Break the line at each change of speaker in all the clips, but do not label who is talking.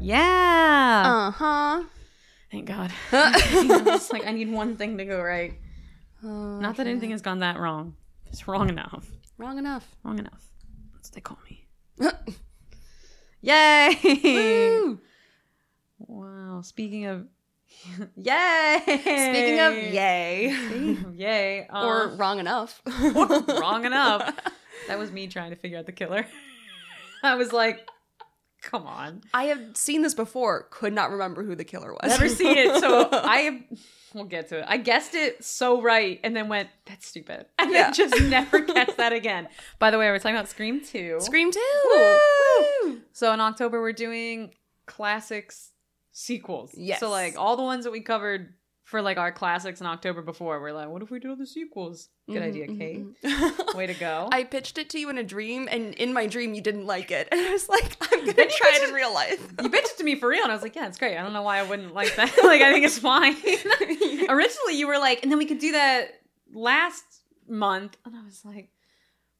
yeah.
Uh huh.
Thank God. Um, I'm just like I need one thing to go right.
Uh,
Not that anything has gone that wrong. It's wrong enough.
Wrong enough.
Wrong enough. That's what they call me. Yay! Wow. Speaking of Yay!
Speaking of yay,
Speaking of yay. Um,
or wrong enough.
wrong enough. That was me trying to figure out the killer. I was like, come on.
I have seen this before, could not remember who the killer was.
Never seen it, so I we'll get to it. I guessed it so right and then went, that's stupid. And
Yeah.
then just never guessed that again. By the way, we're talking about Scream 2.
Scream 2. Woo!
So in October we're doing classics sequels.
Yes.
So like all the ones that we covered for like our classics in October before, we're like, what if we do all the sequels? Good
Mhm,
idea,
mhm,
Kate.
mhm.
Way to go.
I pitched it to you in a dream, and in my dream, you didn't like it. And I was like, I'm going
Then
to
you
try it
pitched
in real life.
you bitched it to me for real, and I was like, "Yeah, it's great. I don't know why I wouldn't like that. like, I think it's fine." Originally, you were like, "And then we could do that last month," and I was like,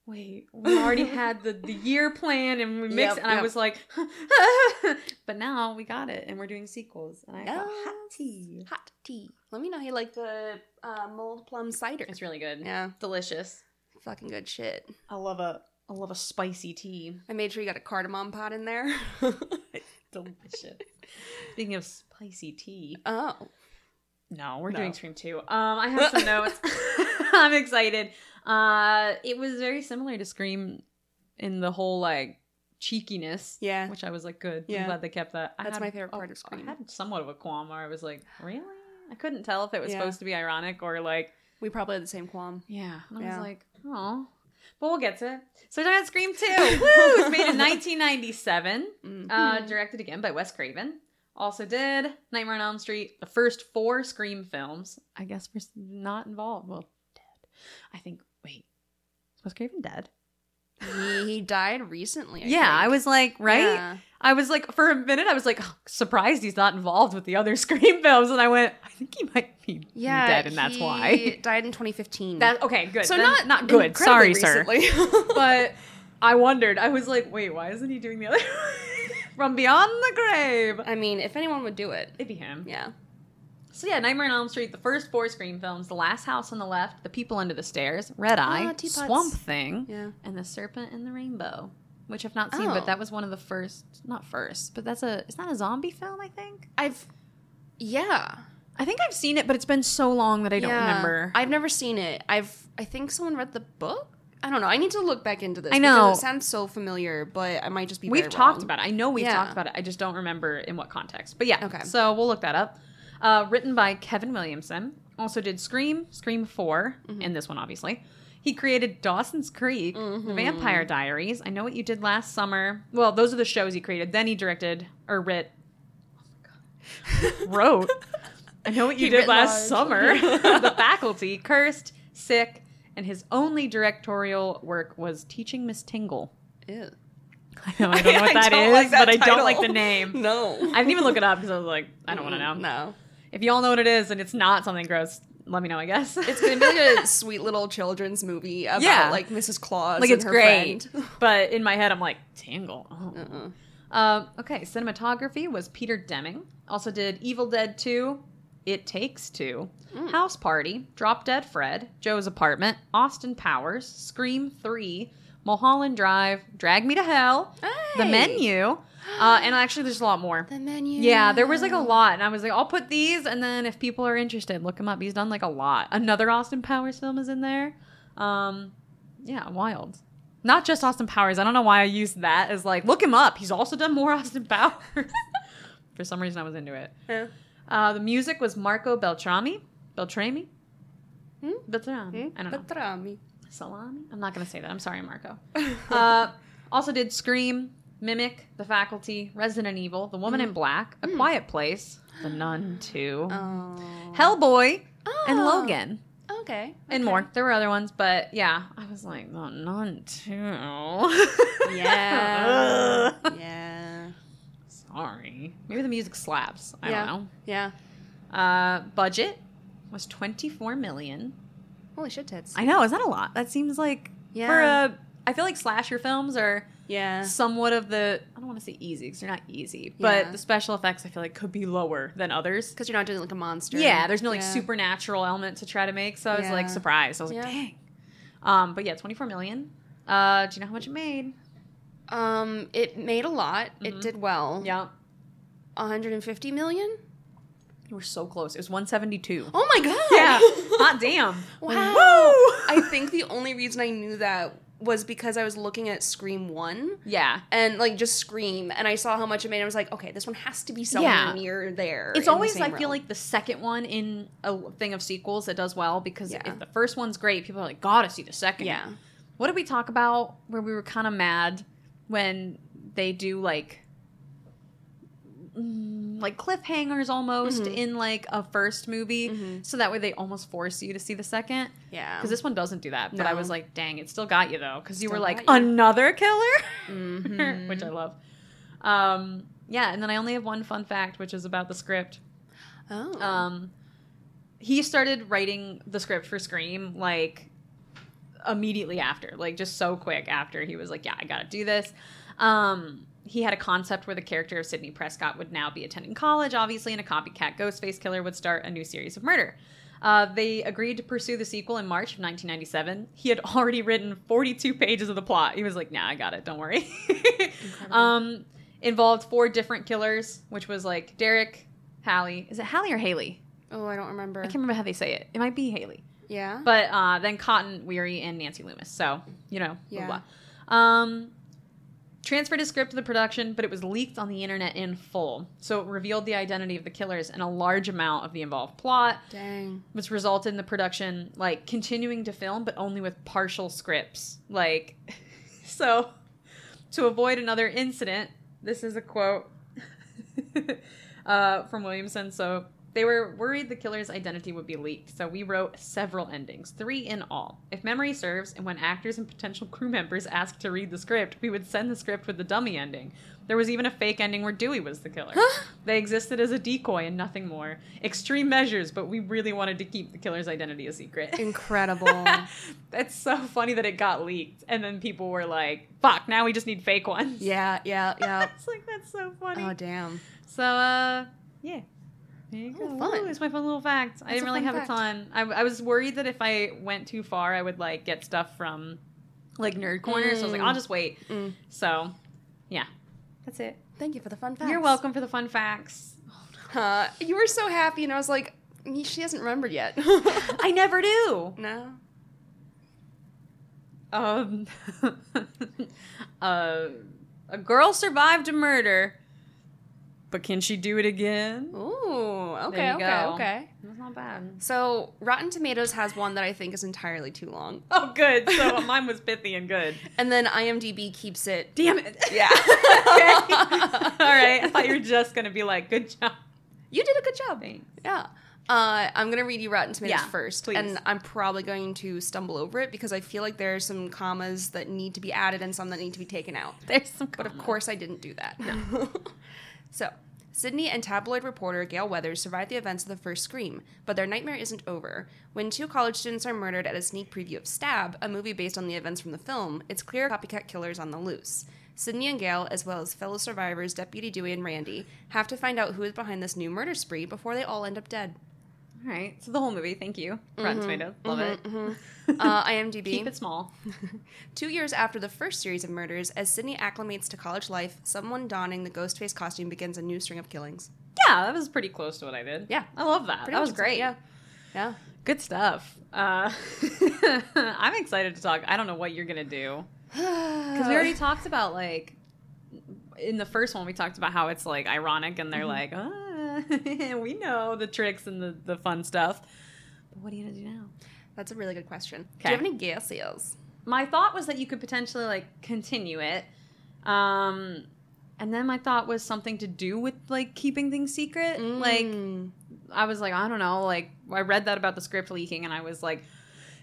"Wait, we already had the the year plan, and we mixed."
Yep,
and
yep.
I was like, "But now we got it, and we're doing sequels." And I got hot
Yes.
tea.
Hot tea. Let me know how you like the uh, mold plum cider.
It's really good.
Yeah,
Delicious.
fucking good shit.
I love a I love a spicy tea.
I made sure you got a cardamom pot in there.
Delicious. Speaking of spicy tea.
oh.
No, we're
No.
doing Scream 2. Um, I have some notes. I'm excited. Uh, it was very similar to Scream in the whole like cheekiness,
Yeah.
which I was like, good.
Yeah.
I'm glad they kept that. I
That's
had-
my favorite part
oh,
of Scream.
I had somewhat of a qualm where I was like, really? I couldn't tell if it was
Yeah.
supposed to be ironic or like,
We probably had the same qualm.
yeah. And I
Yeah.
was like, oh. But we'll get to it. So I got Scream 2. Woo! It's made in 1997.
Mm.
Uh, directed again by Wes Craven. Also did Nightmare on Elm Street, the first four Scream films. I guess we're s- not involved. Well, dead. I think. Wait, is Wes Craven dead?
he, he died recently. I
yeah, I
think.
was like, right.
Yeah.
I was like, for a minute, I was like, "Oh, surprised he's not involved with the other Scream films, and I went, I think he might be
Yeah,
dead, and that's
he
why.
died in 2015.
That okay, good.
so
Then-
not
not good. Sorry,
incredibly
sir.
recently.
but I wondered. I was like, wait, why isn't he doing the other from Beyond the Grave?
I mean, if anyone would do it,
It'd be him.
yeah.
So yeah, Nightmare on Elm Street, the first four Scream films, The Last House on the Left, The People Under the Stairs, Red Eye,
Ah, teapots.
Swamp Thing,
Yeah.
and The Serpent and the Rainbow, which I've not seen,
Oh.
but that was one of the first, not first, but that's a, it's not a zombie film, I think.
I've yeah.
I think I've seen it, but it's been so long that I don't
Yeah.
remember.
I've never seen it. I've I think someone read the book. I don't know. I need to look back into this.
I know.
because it sounds so familiar, but I might just be.
we've
very
talked
wrong.
about it. I know we've
Yeah.
talked about it. I just don't remember in what context. But yeah,
Okay.
So we'll look that up. Uh, written by Kevin Williamson. Also did Scream, Scream 4,
Mm-hmm.
and this one obviously. He created Dawson's Creek, The
Mhm.
Vampire Diaries. I know what you did last summer. Well, those are the shows he created. Then he directed or writ. Wrote. I know what you
He
did
writ
last
large.
summer. the faculty, cursed, sick, and his only directorial work was Teaching Miss Tingle.
Ew.
I know, I don't know what that is,
don't like that
but I don't
title.
like the name.
No,
I didn't even look it up because I was like, I don't want to know.
No,
If y'all know what it is and it's not something gross, let me know, I guess.
it's gonna be like a sweet little children's movie about
Yeah.
like Mrs. Claus.
like
and
it's
her
great.
friend.
but in my head, I'm like, Tangle. Oh.
Uh-uh.
Um, okay, cinematography was Peter Deming. Also did Evil Dead 2, It Takes Two,
Mm.
House Party, Drop Dead Fred, Joe's Apartment, Austin Powers, Scream 3, Mulholland Drive, Drag Me to Hell, The
Hey!
Menu, uh, and actually, there's a lot more.
The menu.
Yeah, there was like a lot, and I was like, I'll put these, and then if people are interested, look him up. He's done like a lot. Another Austin Powers film is in there. Um, yeah, wild. Not just Austin Powers. I don't know why I used that as like look him up. He's also done more Austin Powers. For some reason, I was into it.
Yeah.
Uh, the music was Marco Beltrami. Beltrami.
Hmm?
Beltrami. I don't know.
Pastrami.
Salami. I'm not gonna say that. I'm sorry, Marco. Uh, also Uh, did Scream, Mimic, The Faculty, Resident Evil, The Woman in Black, A
Mm.
Quiet Place, The Nun 2,
Oh.
Hellboy,
Oh.
and Logan.
Okay. okay.
And more. There were other ones, but yeah, I was like, The Nun 2.
Yeah.
Ugh.
yeah.
Sorry. Maybe the music slaps. I
Yeah.
don't
Yeah.
know. Uh, budget was 24 million.
Holy shit tits.
I know, is that a lot? That seems like
yeah.
for a I feel like slasher films are
yeah.
somewhat of the I don't want to say easy because they're not easy, but
Yeah.
the special effects I feel like could be lower than others.
Because you're not doing like a monster.
Yeah, there's no like
Yeah.
supernatural element to try to make, so I was like
Yeah.
surprised. I was
Yeah.
like, dang. Um, but yeah, 24 million. Uh, do you know how much it made?
Um, it made a lot. It
Mhm.
did well.
Yeah,
150 million.
you were so close. It was 172.
Oh my god.
Yeah, hot damn.
Wow. I think the only reason I knew that was because I was looking at Scream One
yeah.
and like just Scream, and I saw how much it made. and I was like, okay, this one has to be somewhere
Yeah.
near there. in
It's
the
always
same
I feel
realm.
like the second one in a thing of sequels that does well because
Yeah.
if the first one's great, people are like, gotta see the second.
yeah,
one." What did we talk about where we were kind of mad when they do like mm, like cliffhangers almost
Mhm.
in like a first movie,
Mhm.
so that way they almost force you to see the second.
yeah.
Because this one doesn't do that. But I
No.
was like, dang, it still got you though, because you
Still
were like
got you.
another killer.
Mhm.
which I love. Um, yeah, and then I only have one fun fact, which is about the script.
oh
Um, he started writing the script for Scream like immediately after, like just so quick after he was like, "Yeah, I got to do this." Um, he had a concept where the character of Sidney Prescott would now be attending college, obviously, and a copycat Ghostface killer would start a new series of murder. Uh, they agreed to pursue the sequel in March of 1997. He had already written 42 pages of the plot. He was like, "Nah, I got it. Don't worry." um, involved four different killers, which was like Derek, Hallie. Is it Hallie or Haley?
oh I don't remember.
I can't remember how they say it. It might be Haley.
yeah,
But uh, then Cotton, Weary, and Nancy Loomis. So, you know, blah,
Yeah.
blah. Um, transferred his script to the production, but it was leaked on the internet in full. So it revealed the identity of the killers and a large amount of the involved plot,
dang.
which resulted in the production, like, continuing to film, but only with partial scripts. Like, so to avoid another incident, this is a quote uh, from Williamson. So they were worried the killer's identity would be leaked, so we wrote several endings, three in all. If memory serves, and when actors and potential crew members asked to read the script, we would send the script with the dummy ending. There was even a fake ending where Dewey was the killer. they existed as a decoy and nothing more. Extreme measures, but we really wanted to keep the killer's identity a secret.
Incredible.
That's so funny that it got leaked, and then people were like, "Fuck! Now we just need fake ones."
yeah, yeah, yeah.
it's like that's so funny.
Oh damn.
so, uh, yeah. There you
Oh,
go.
fun.
Ooh, It's my fun little fact. I
That's
didn't
a
really
fun fact.
have a ton. I, I was worried that if I went too far, I would like get stuff from like nerd corner. So I was like,
Mm.
I'll just wait.
Mm.
So, yeah, that's it.
Thank you for the fun facts.
You're welcome for the fun facts.
Uh, you were so happy, and I was like, she hasn't remembered yet.
I never do.
no.
Um, uh, a girl survived a murder, but can she do it again?
Ooh.
There
Okay.
you
Okay.
go.
Okay.
That's not bad.
So Rotten Tomatoes has one that I think is entirely too long,
Oh, good. So mine was pithy and good.
and then IMDb keeps it.
Damn it.
Yeah.
Okay. All right. I thought you were just going to be like, good job.
You did a good job.
Thanks.
Yeah. Uh, I'm gonna read you Rotten Tomatoes
Yeah,
first,
please.
and I'm probably going to stumble over it because I feel like there are some commas that need to be added and some that need to be taken out.
There's some
But of course, I didn't do that. so, Sydney and tabloid reporter Gail Weathers survive the events of the first Scream, but their nightmare isn't over. When two college students are murdered at a sneak preview of Stab, a movie based on the events from the film, it's clear copycat killers on the loose. Sydney and Gail, as well as fellow survivors Deputy Dewey and Randy, have to find out who is behind this new murder spree before they all end up dead.
All right. So the whole movie. Thank you. Mm-hmm. Rotten Tomatoes. Love it.
Uh, IMDb.
Keep it small.
Two years after the first series of murders, as Sydney acclimates to college life, someone donning the Ghostface costume begins a new string of killings.
Yeah, that was pretty close to what I did.
Yeah.
I love that.
Pretty
that was
much,
great.
Yeah. Yeah.
Good stuff. Uh, I'm excited to talk. I don't know what you're going to do. Because
Because
we already talked about like in the first one we talked about how it's like ironic and they're like, ah, we know the tricks and the, the fun stuff. But what are you gonna do now?
That's a really good question. Do
Okay.
you have any guesses?
My thought was that you could potentially like continue it Um, and then my thought was something to do with like keeping things secret. Like
Mm.
I was like, I don't know. Like I read that about the script leaking, and I was like,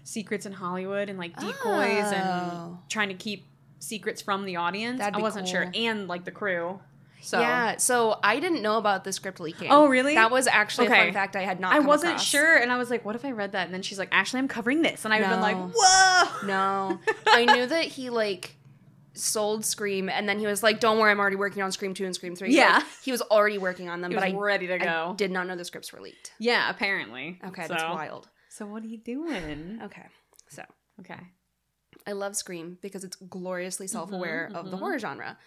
secrets in Hollywood and like decoys and
Oh.
trying to keep secrets from the audience.
That'd
I
be
wasn't sure,
cool.
and like the crew. So
yeah, so I didn't know about the script leaking.
Oh, really?
That was actually a
Okay.
fun fact I had not.
I
come
wasn't
across.
sure, and I was like, what if I read that? And then she's like, actually, I'm covering this, and I would have been
No.
like, whoa.
No, I knew that he like sold Scream, and then he was like, "Don't worry, I'm already working on Scream two and Scream 3.
Yeah.
Like, he was already working on them,
He
but
was
I,
ready to
I
go.
did not know the scripts were leaked.
yeah, apparently.
Okay,
so.
that's wild.
So what are you doing?
Okay, so
Okay.
I love Scream because it's gloriously self aware of the
mhm.
horror genre.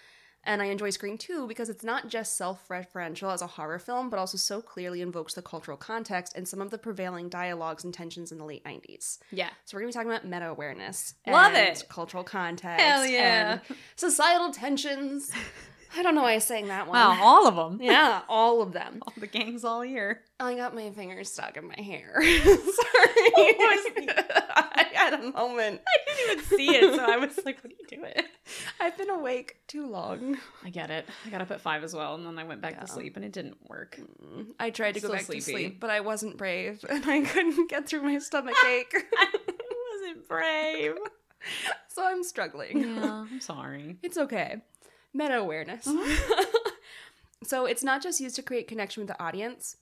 And I enjoy Scream 2 because it's not just self referential as a horror film, but also so clearly invokes the cultural context and some of the prevailing dialogues and tensions in the late 90s.
Yeah.
So we're going to be talking about meta awareness.
Love
and
it.
Cultural context.
Hell yeah.
And societal tensions. I don't know why I sang that one.
Wow, all of them.
Yeah, all of them.
All the gangs all year.
I got my fingers stuck in my hair. Sorry.
Oh
I had a moment.
I didn't even see it, so I was like, what are you doing?
I've been awake too long.
I get it. I got up at five as well, and then I went back
Yeah.
to sleep, and it didn't work.
I tried to go
Still
back
sleepy.
to sleep, but I wasn't brave and I couldn't get through my stomach ache.
I wasn't brave.
so I'm struggling.
Yeah, I'm sorry.
It's okay. Meta awareness.
Uh-huh.
so it's not just used to create connection with the audience,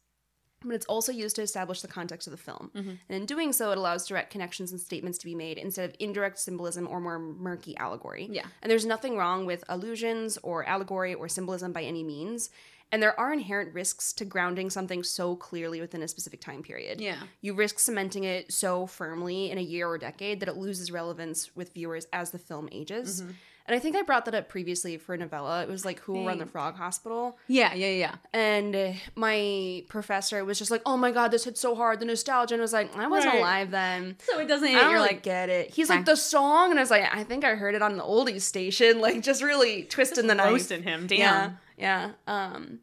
but it's also used to establish the context of the film.
Mhm.
And in doing so, it allows direct connections and statements to be made instead of indirect symbolism or more murky allegory.
Yeah.
And there's nothing wrong with allusions or allegory or symbolism by any means. And there are inherent risks to grounding something so clearly within a specific time period.
Yeah.
You risk cementing it so firmly in a year or decade that it loses relevance with viewers as the film ages. And I think I brought that up previously for a novella. It was like Who Will Run the
think.
Frog Hospital.
Yeah, yeah, yeah.
And uh, my professor was just like, oh my God, this hit so hard. The nostalgia. And I was like, I wasn't
Right.
alive then.
So it doesn't,
I don't
you're
really
like,
get it. He's
Okay.
like the song, and I was like, I think I heard it on an oldies station, like just really twisting the knife.
roasting him. Damn.
Yeah, yeah. Um,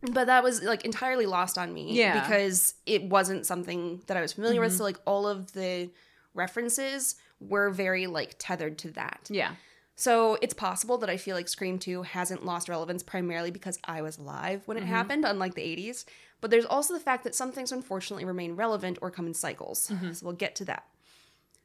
but that was like entirely lost on me.
Yeah.
because it wasn't something that I was familiar with. So like all of the references were very like tethered to that.
Yeah.
So it's possible that I feel like Scream 2 hasn't lost relevance primarily because I was alive when it happened, unlike the 80s. But there's also the fact that some things unfortunately remain relevant or come in cycles. So we'll get to that.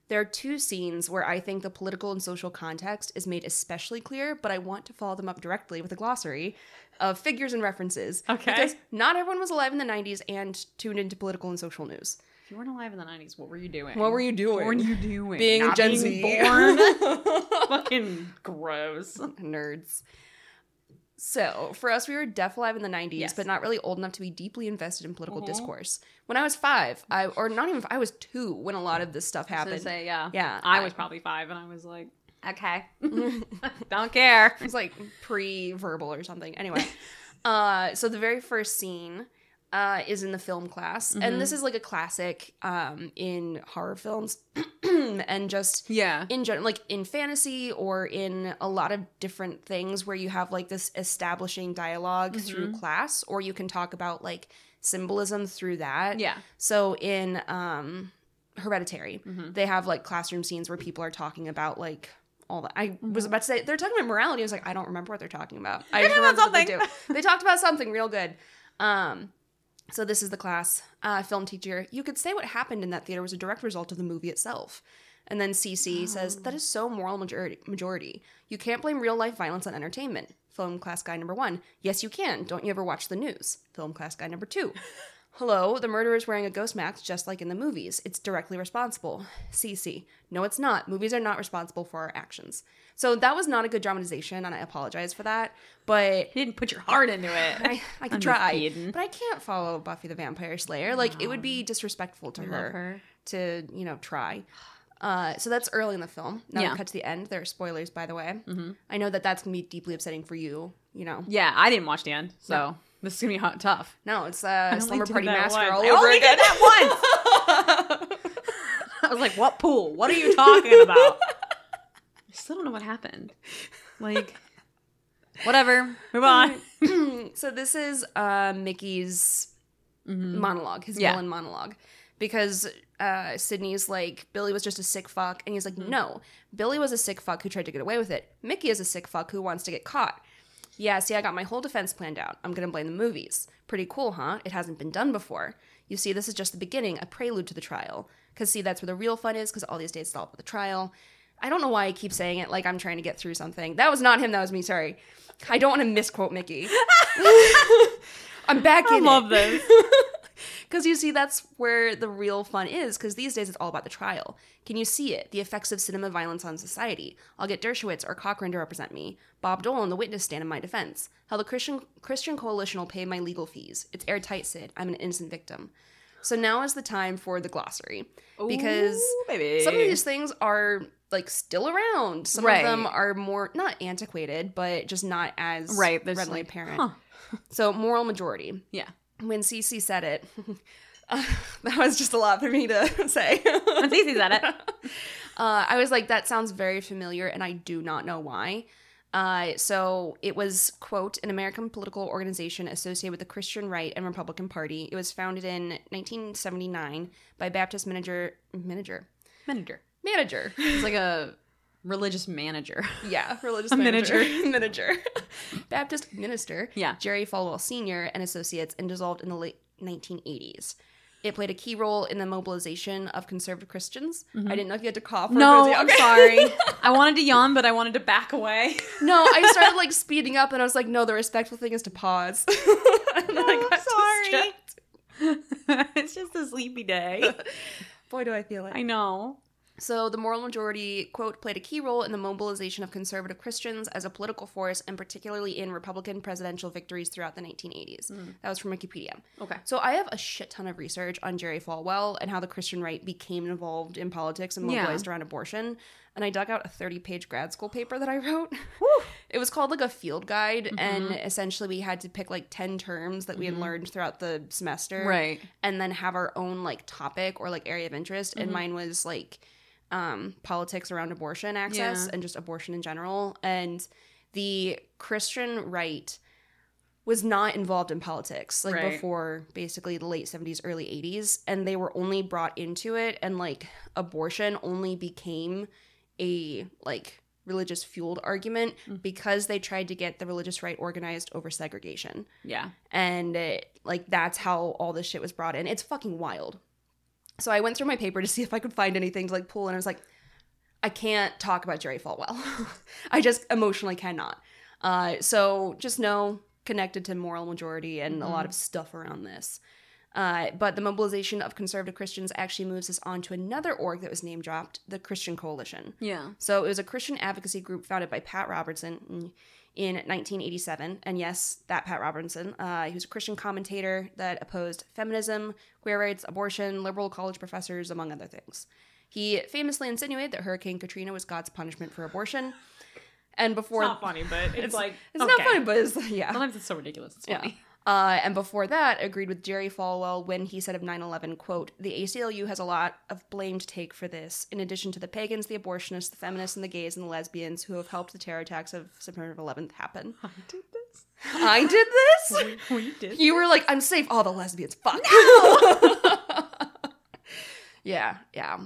There are two scenes where I think the political and social context is made especially clear, but I want to follow them up directly with a glossary of figures and references.
Okay.
Because not everyone was alive in the 90s and tuned into political and social news.
If you weren't alive in the 90s, what were you doing?
What were you doing?
What were you doing?
Being a
Not
Gen
being
Z.
born? Fucking gross.
nerds. So, for us, we were deaf alive in the 90s,
Yes.
but not really old enough to be deeply invested in political
Mhm.
discourse. When I was five, I, or not even, I was two when a lot of this stuff
I was gonna
happened.
say, yeah.
Yeah,
I
I-
was probably five, and I was like, okay. Don't care.
It was like pre verbal or something. Anyway, uh, so the very first scene uh, is in the film class, and
Mm-hmm.
this is like a classic um, in horror films and just
Yeah.
in general like in fantasy or in a lot of different things where you have like this establishing dialog
Mm-hmm.
through class or you can talk about like symbolism through that
Yeah.
so in um hereditary
Mhm.
they have like classroom scenes where people are talking about like all that i was about to say they're talking about morality i was like i don't remember what they're talking about i
They're
just
talking Mm-hmm. about
remember that they, do. they talked about something real good um so this is the class uh, film teacher you could say what happened in that theater was a direct result of the movie itself and then CC says, That is so moral majority, majority. You can't blame real life violence on entertainment. Film class guy number one. Yes, you can. Don't you ever watch the news? Film class guy number two. Hello, the murderer is wearing a ghost mask just like in the movies. It's directly responsible. CC. No, it's not. Movies are not responsible for our actions. So that was not a good dramatization, and I apologize for that. But
You didn't put your heart into it.
I, I could
I'm just
try.
kidding.
But I can't follow Buffy the Vampire Slayer. Like, it would be disrespectful to her to you know try. Uh, so that's early in the film. Now
Yeah. Mm-hmm.
we cut to the end. There are spoilers, by the way. I know that that's gonna be deeply upsetting for you. You know,
Yeah, I didn't watch the end, so this is gonna be hot, tough.
no, it's uh,
only
slumber
did
party Oh
that
massacre all
once. I
over
only did
again.
I was like, "What pool? What are you talking about?" I still don't know what happened. Like, whatever. Move on.
so this is uh, Mickey's monologue, his
Mm-hmm. Yeah.
villain monologue. because uh, Sydney's like, Billy was just a sick fuck. And he's like,
Mm-hmm.
no, Billy was a sick fuck who tried to get away with it. Mickey is a sick fuck who wants to get caught. Yeah, see, I got my whole defense planned out. I'm going to blame the movies. Pretty cool, huh? It hasn't been done before. You see, this is just the beginning, a prelude to the trial. Because, see, that's where the real fun is, because all these dates is all about the trial. I don't know why I keep saying it like I'm trying to get through something. That was not him, that was me, sorry. I don't want to misquote Mickey. I'm back in
I love
it.
this.
Because you see, that's where the real fun is, because these days it's all about the trial. Can you see it? The effects of cinema violence on society. I'll get Dershowitz or Cochran to represent me. Bob Dole on the witness stand in my defense. How the Christian, Christian Coalition will pay my legal fees. It's airtight, Sid. I'm an innocent victim. So now is the time for the glossary. Because
Ooh, baby.
some of these things are like still around. Some
Right.
of them are more not antiquated, but just not as
right there's
readily
like,
apparent.
huh.
So moral majority
Yeah.
when Cece said it, uh, that was just a lot for me to say.
That's easy, is it?
Uh, I was like, that sounds very familiar, and I do not know why. Uh, so it was, quote, an American political organization associated with the Christian right and Republican Party. It was founded in 1979 by Baptist manager, manager,
Manager.
manager.
He's like a religious manager.
Yeah, religious
A
manager. manager. Baptist minister.
Yeah.
Jerry Falwell Sr. and Associates and dissolved in the late 1980s. It played a key role in the mobilization of conservative Christians. I didn't know if you had to cough. or
Mm-hmm.
if
No,
it was-
I'm
okay.
sorry. I wanted to yawn, but I wanted to back away.
no, I started like speeding up, and I was like, "No, the respectful thing is to pause." And I got distracted.
it's just a sleepy day.
Boy, do I feel it.
I know.
So, the moral majority, quote, played a key role in the mobilization of conservative Christians as a political force, and particularly in Republican presidential victories throughout the 1980s.
Mm.
That was from Wikipedia.
Okay.
So, I have a shit ton of research on Jerry Falwell and how the Christian right became involved in politics and
Yeah.
mobilized around abortion. And I dug out a 30 page grad school paper that I wrote. It was called like a field guide. And
Mm-hmm.
essentially, we had to pick like 10 terms that we had learned throughout the semester
Right.
and then have our own like topic or like area of interest.
Mm-hmm.
And mine was like um, politics around abortion access
Yeah.
and just abortion in general. And the Christian right was not involved in politics like
Right.
before basically the late 70s early 80s and they were only brought into it and like abortion only became a like religious fueled argument
Mm.
because they tried to get the religious right organized over segregation
Yeah.
and it, like that's how all this shit was brought in. It's fucking wild. So I went through my paper to see if I could find anything to like pull, and I was like, I can't talk about Jerry Falwell. I just emotionally cannot. Uh, so just know connected to moral majority and a lot of stuff around this. Uh, but the mobilization of conservative Christians actually moves us on to another org that was name dropped, the Christian Coalition.
Yeah.
So it was a Christian advocacy group founded by Pat Robertson mm, in 1987. And yes, that Pat Robertson. Uh, he was a Christian commentator that opposed feminism, queer rights, abortion, liberal college professors, among other things. He famously insinuated that Hurricane Katrina was God's punishment for abortion. And before
funny, but it's, like
it's not funny, but it's yeah.
Sometimes it's so ridiculous. It's funny.
Uh, and before that, agreed with Jerry Falwell when he said of 9-11, quote, the ACLU has a lot of blame to take for this, in addition to the pagans, the abortionists, the feminists, and the gays and the lesbians who have helped the terror attacks of September 11th happen.
I did this.
I did this?
We did.
You were like, I'm safe. All the lesbians. Fuck. yeah, yeah.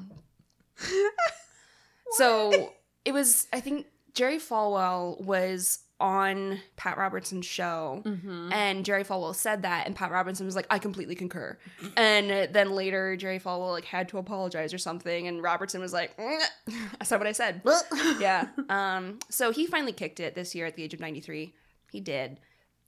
so it was, I think Jerry Falwell was on Pat Robertson's show.
Mm-hmm.
And Jerry Falwell said that, and Pat Robinson was like, "I completely concur." And then later, Jerry Falwell like had to apologize or something, and Robertson was like, "Mm, "I said what I said." yeah. Um. So he finally kicked it this year at the age of ninety three. He did.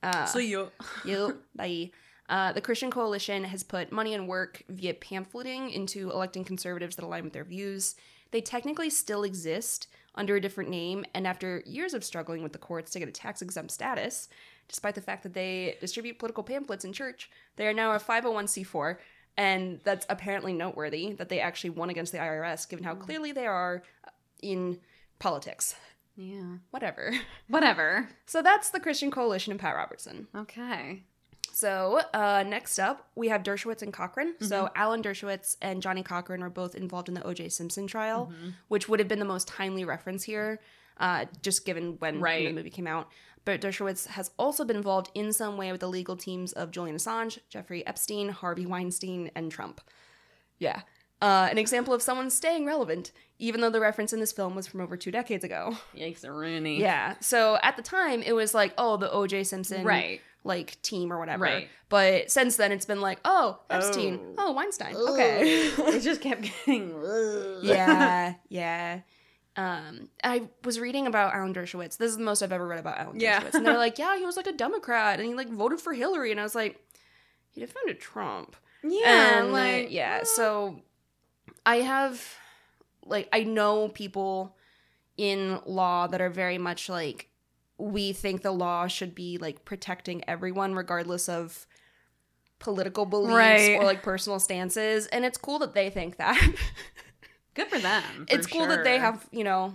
Uh,
So you.
Yep. Bye. Uh, the Christian Coalition has put money and work via pamphleting into electing conservatives that align with their views. They technically still exist under a different name, and after years of struggling with the courts to get a tax exempt status, despite the fact that they distribute political pamphlets in church, they are now a 501c4, and that's apparently noteworthy that they actually won against the IRS, given how clearly they are uh, in politics.
Yeah.
Whatever.
Whatever.
So that's the Christian Coalition and Pat Robertson.
Okay.
So uh, next up, we have Dershowitz and Cochran. So
Mm-hmm.
Alan Dershowitz and Johnny Cochran were both involved in the O.J. Simpson trial,
Mm-hmm.
which would have been the most timely reference here, uh, just given when the
Right.
movie came out. But Dershowitz has also been involved in some way with the legal teams of Julian Assange, Jeffrey Epstein, Harvey Weinstein, and Trump. Yeah. Uh, an example of someone staying relevant, even though the reference in this film was from over two decades ago.
Yikes, Rooney.
Yeah. So at the time, it was like, oh, the OJ Simpson
Right.
like team or whatever.
Right.
But since then, it's been like, oh, Epstein,
Oh.
oh, Weinstein. Okay.
it just kept getting.
yeah, yeah. Um, I was reading about Alan Dershowitz. This is the most I've ever read about Alan
Yeah.
Dershowitz. And they're like, yeah, he was like a Democrat and he like voted for Hillary. And I was like, he defended Trump.
Yeah.
And,
like.
yeah.
uh,
So I have, like, I know people in law that are very much like, we think the law should be like protecting everyone regardless of political beliefs
Right.
or like personal stances. And it's cool that they think that.
Good for them. for
it's cool that they
sure.
have you know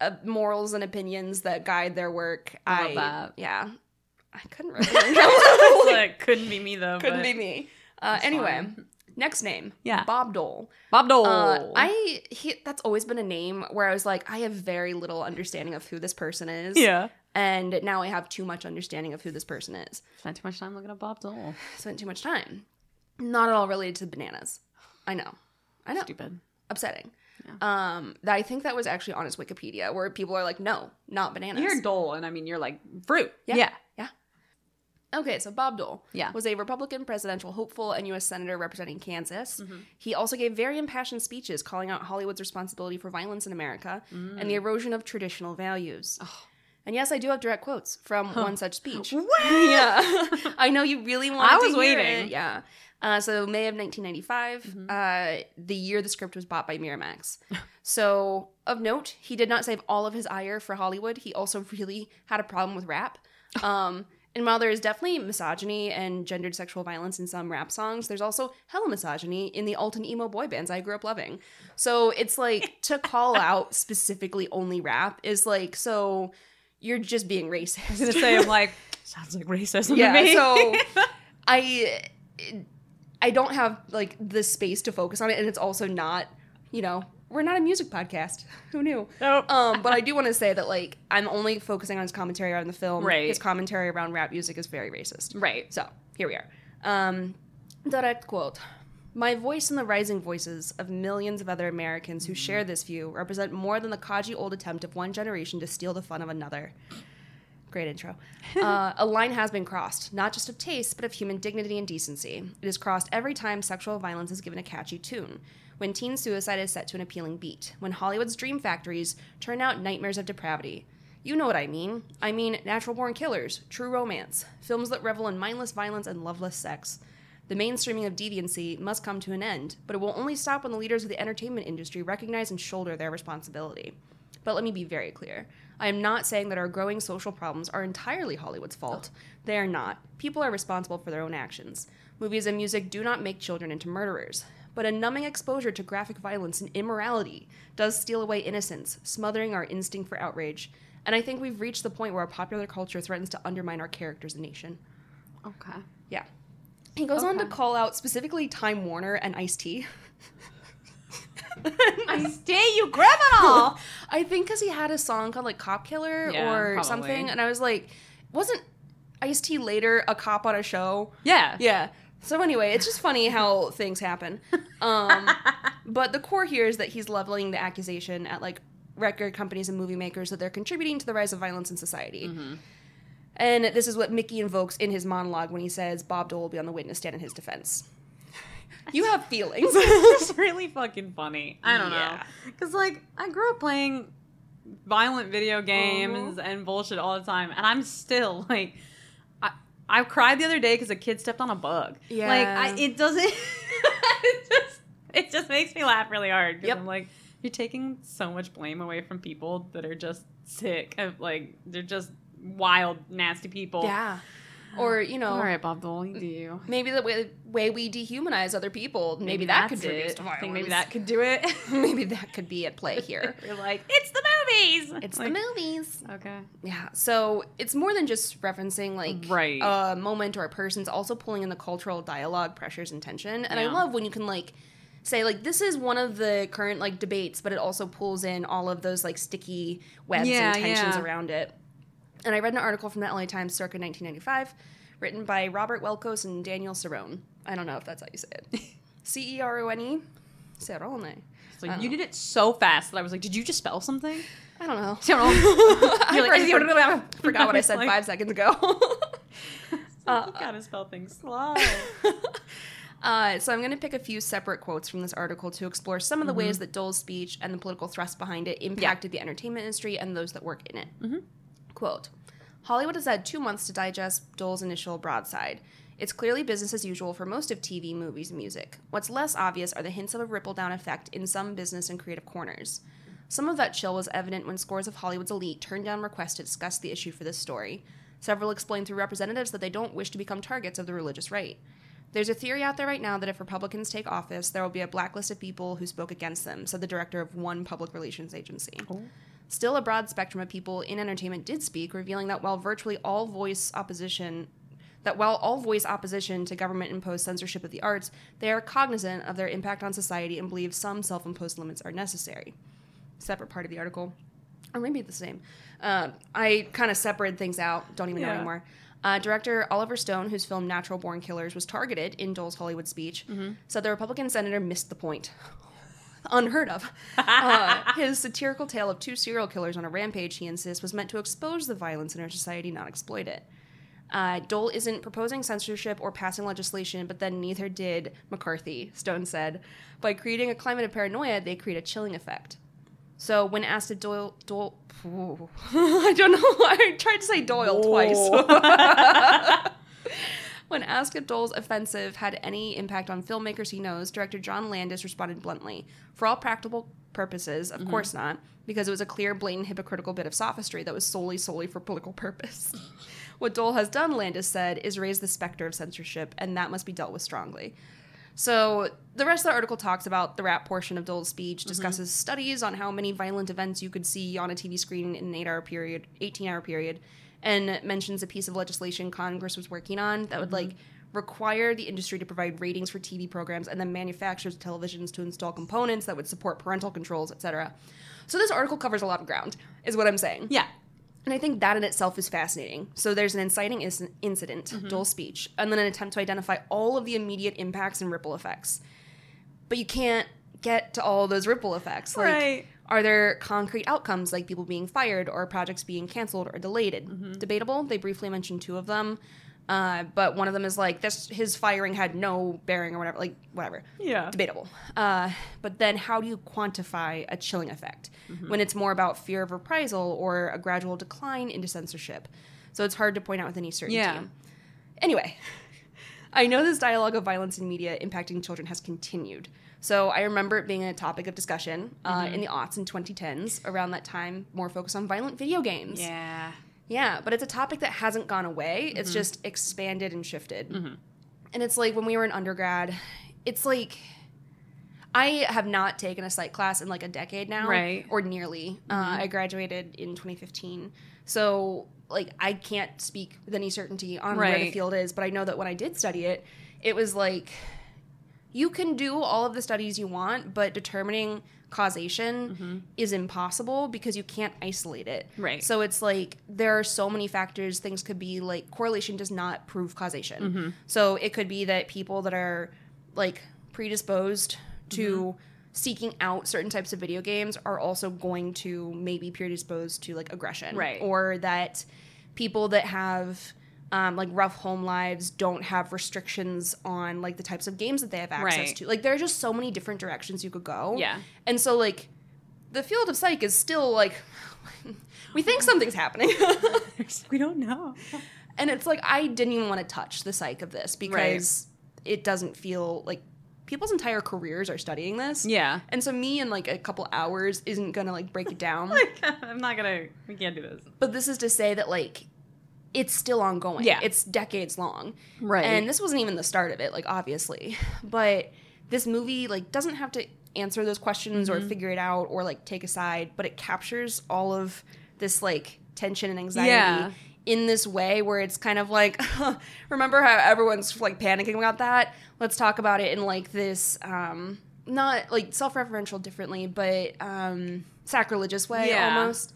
uh, morals and opinions that guide their work.
I
I,
love that.
yeah, I couldn't
It's
remember.
like, couldn't be me though.
couldn't
but
be me. Uh,
it's
anyway,
fine.
next name,
Yeah.
Bob Dole.
Bob Dole.
Uh, I he, that's always been a name where I was like, I have very little understanding of who this person is.
yeah.
and now I have too much understanding of who this person is.
Spent too much time looking at Bob Dole.
Spent too much time. Not at all related to bananas. I know. I know.
Stupid.
upsetting. Um, that I think that was actually on his Wikipedia, where people are like, "No, not bananas."
You're Dole, and I mean you're like fruit.
Yeah.
Yeah.
okay, so Bob Dole
Yeah.
was a Republican presidential hopeful and U.S. senator representing Kansas.
Mm-hmm.
He also gave very impassioned speeches calling out Hollywood's responsibility for violence in America
Mm.
and the erosion of traditional values. And yes, I do have direct quotes from one such speech. yeah, I know you really wanted.
I was
to hear
waiting. Mm-hmm.
it. Yeah. Uh, so May of 1995, uh, the year the script was bought by Miramax. so of note, he did not save all of his ire for Hollywood. He also really had a problem with rap. Um, and while there is definitely misogyny and gendered sexual violence in some rap songs, there's also hella misogyny in the alt and emo boy bands I grew up loving. So it's like to call out specifically only rap is like so you're just being racist.
I was gonna say I'm like sounds like racism
yeah
to me.
so i i don't have like the space to focus on it and it's also not you know we're not a music podcast who knew
Nope.
um but i do want to say that like i'm only focusing on his commentary on the film
Right.
his commentary around rap music is very racist
right.
so here we are. Um, direct quote My voice and the rising voices of millions of other Americans who share this view represent more than the codgy old attempt of one generation to steal the fun of another. Great intro. Uh, a line has been crossed, not just of taste, but of human dignity and decency. It is crossed every time sexual violence is given a catchy tune, when teen suicide is set to an appealing beat, when Hollywood's dream factories turn out nightmares of depravity. You know what I mean. I mean natural born killers, true romance, films that revel in mindless violence and loveless sex. The mainstreaming of deviancy must come to an end, but it will only stop when the leaders of the entertainment industry recognize and shoulder their responsibility. But let me be very clear. I am not saying that our growing social problems are entirely Hollywood's fault. They are not. People are responsible for their own actions. Movies and music do not make children into murderers. But a numbing exposure to graphic violence and immorality does steal away innocence, smothering our instinct for outrage. And I think we've reached the point where our popular culture threatens to undermine our character as a nation.
Okay.
Yeah. He goes on to
Okay.
call out specifically Time Warner and Ice T.
I stay you criminal.
I think because he had a song called like Cop Killer
Yeah,
or
probably.
something, and I was like, wasn't Ice T later a cop on a show?
yeah.
Yeah. So anyway, it's just funny how things happen. Um, but the core here is that he's leveling the accusation at like record companies and movie makers that they're contributing to the rise of violence in society.
Mm-hmm.
And this is what Mickey invokes in his monologue when he says Bob Dole will be on the witness stand in his defense. You have feelings.
it's really fucking funny. I don't know.
Yeah.
Because, like, I grew up playing violent video games and bullshit all the time, and I'm still, like, I, I cried the other day because a kid stepped on a bug. Like, I,
Yeah.
it doesn't. it, just, it just makes me laugh really hard. 'cause
Yep.
I'm like, you're taking so much blame away from people that are just sick. Of, like, they're just wild, nasty people.
yeah. Or, you know,
All right, Bob Dole, you do you.
maybe the way, way we dehumanize other people, maybe, that
that's
contributes
it.
to
I
violence.
think maybe that could do it.
maybe that could be at play here.
You're like, it's the movies.
It's
Like,
the movies.
Okay.
Yeah. So it's more than just referencing like
Right.
a moment or a person. It's also pulling in the cultural dialogue, pressures, and tension. And I
Yeah.
love when you can like say like this is one of the current like debates, but it also pulls in all of those like sticky webs
Yeah,
and tensions
yeah.
around it. And I read an article from the LA Times circa 1995, written by Robert Welkos and Daniel Cerrone. I don't know if that's how you say it. C E R O N E. Cerrone.
So
I
you
don't know.
did it so fast that I was like, did you just spell something?
I don't know.
Cerrone.
I
You're like,
I forgot what I
was
said
like-
five seconds ago. Uh,
you gotta spell things slow.
Uh, so I'm going to pick a few separate quotes from this article to explore some of the ways that Dole's speech and the political thrust behind it impacted the entertainment industry and those that work in it.
Mhm.
Quote: Hollywood has had two months to digest Dole's initial broadside. It's clearly business as usual for most of TV, movies, and music. What's less obvious are the hints of a ripple down effect in some business and creative corners. Some of that chill was evident when scores of Hollywood's elite turned down requests to discuss the issue for this story. Several explained through representatives that they don't wish to become targets of the religious right. There's a theory out there right now that if Republicans take office, there will be a blacklist of people who spoke against them, said the director of one public relations agency. Still, a broad spectrum of people in entertainment did speak, revealing that while virtually all voice opposition, that while all voice opposition to government imposed censorship of the arts, they are cognizant of their impact on society and believe some self imposed limits are necessary. Separate part of the article, or maybe the same. Uh, I kind of separated things out, don't even know
Yeah.
anymore. Uh, director Oliver Stone, whose film Natural Born Killers was targeted in Dole's Hollywood speech, said the Republican senator missed the point unheard of. Uh, his satirical tale of two serial killers on a rampage, he insists, was meant to expose the violence in our society, not exploit it. Uh, Dole isn't proposing censorship or passing legislation, but then neither did McCarthy, Stone said. By creating a climate of paranoia, they create a chilling effect. So when asked if Doyle, Dole, Ooh. I don't know, I tried to say Doyle twice. When asked if Dole's offensive had any impact on filmmakers he knows, director John Landis responded bluntly, For all practical purposes, of course not, because it was a clear, blatant, hypocritical bit of sophistry that was solely, solely for political purpose. what Dole has done, Landis said, is raise the specter of censorship, and that must be dealt with strongly. So the rest of the article talks about the rap portion of Dole's speech, discusses studies on how many violent events you could see on a TV screen in an eight-hour period, eighteen-hour period, and mentions a piece of legislation Congress was working on that would like require the industry to provide ratings for TV programs and then manufacturers of televisions to install components that would support parental controls, etc. So this article covers a lot of ground, is what I'm saying.
yeah.
And I think that in itself is fascinating. So there's an inciting is- incident, dull speech, and then an attempt to identify all of the immediate impacts and ripple effects. But you can't get to all those ripple effects. Like,
Right.
are there concrete outcomes like people being fired or projects being canceled or delayed? Debatable. They briefly mentioned two of them. Uh, but one of them is like this his firing had no bearing or whatever like whatever
Yeah.
debatable. Uh, but then, how do you quantify a chilling effect
Mm-hmm.
when it's more about fear of reprisal or a gradual decline into censorship? So it's hard to point out with any certainty.
Yeah.
Anyway, I know this dialogue of violence in media impacting children has continued. So I remember it being a topic of discussion uh,
Mm-hmm.
in the aughts and 2010s. Around that time, more focus on violent video games.
Yeah.
Yeah, but it's a topic that hasn't gone away.
Mm-hmm.
It's just expanded and shifted. And it's like when we were in undergrad, it's like I have not taken a psych class in like a decade now,
Right. Mm-hmm.
Or nearly. Uh, I graduated in 2015, so like I can't speak with any certainty on where the
Right.
field is. But I know that when I did study it, it was like you can do all of the studies you want, but determining causation is impossible because you can't isolate it.
Mm-hmm. Right.
So it's like there are so many factors. Things could be like correlation does not prove causation.
Mm-hmm.
So it could be that people that are like predisposed to
Mm-hmm.
seeking out certain types of video games are also going to maybe predisposed to like aggression.
Right.
Or that people that have um, like rough home lives don't have restrictions on like the types of games that they have access
Right.
to. Like there are just so many different directions you could go.
Yeah.
And so like the field of psych is still like we think something's happening.
we don't know.
and it's like I didn't even want to touch the psych of this because it doesn't feel like people's entire careers are studying this.
Yeah.
And so me in like a couple hours isn't gonna like break it down.
I'm not gonna. We can't do this.
but this is to say that like it's still ongoing.
Yeah.
It's decades long.
Right.
And this wasn't even the start of it, like obviously. But this movie like doesn't have to answer those questions
Mm-hmm.
or figure it out or like take a side, but it captures all of this like tension and anxiety
Yeah.
in this way where it's kind of like remember how everyone's like panicking about that? Let's talk about it in like this um not like self-referential differently, but um sacrilegious way
Yeah.
almost.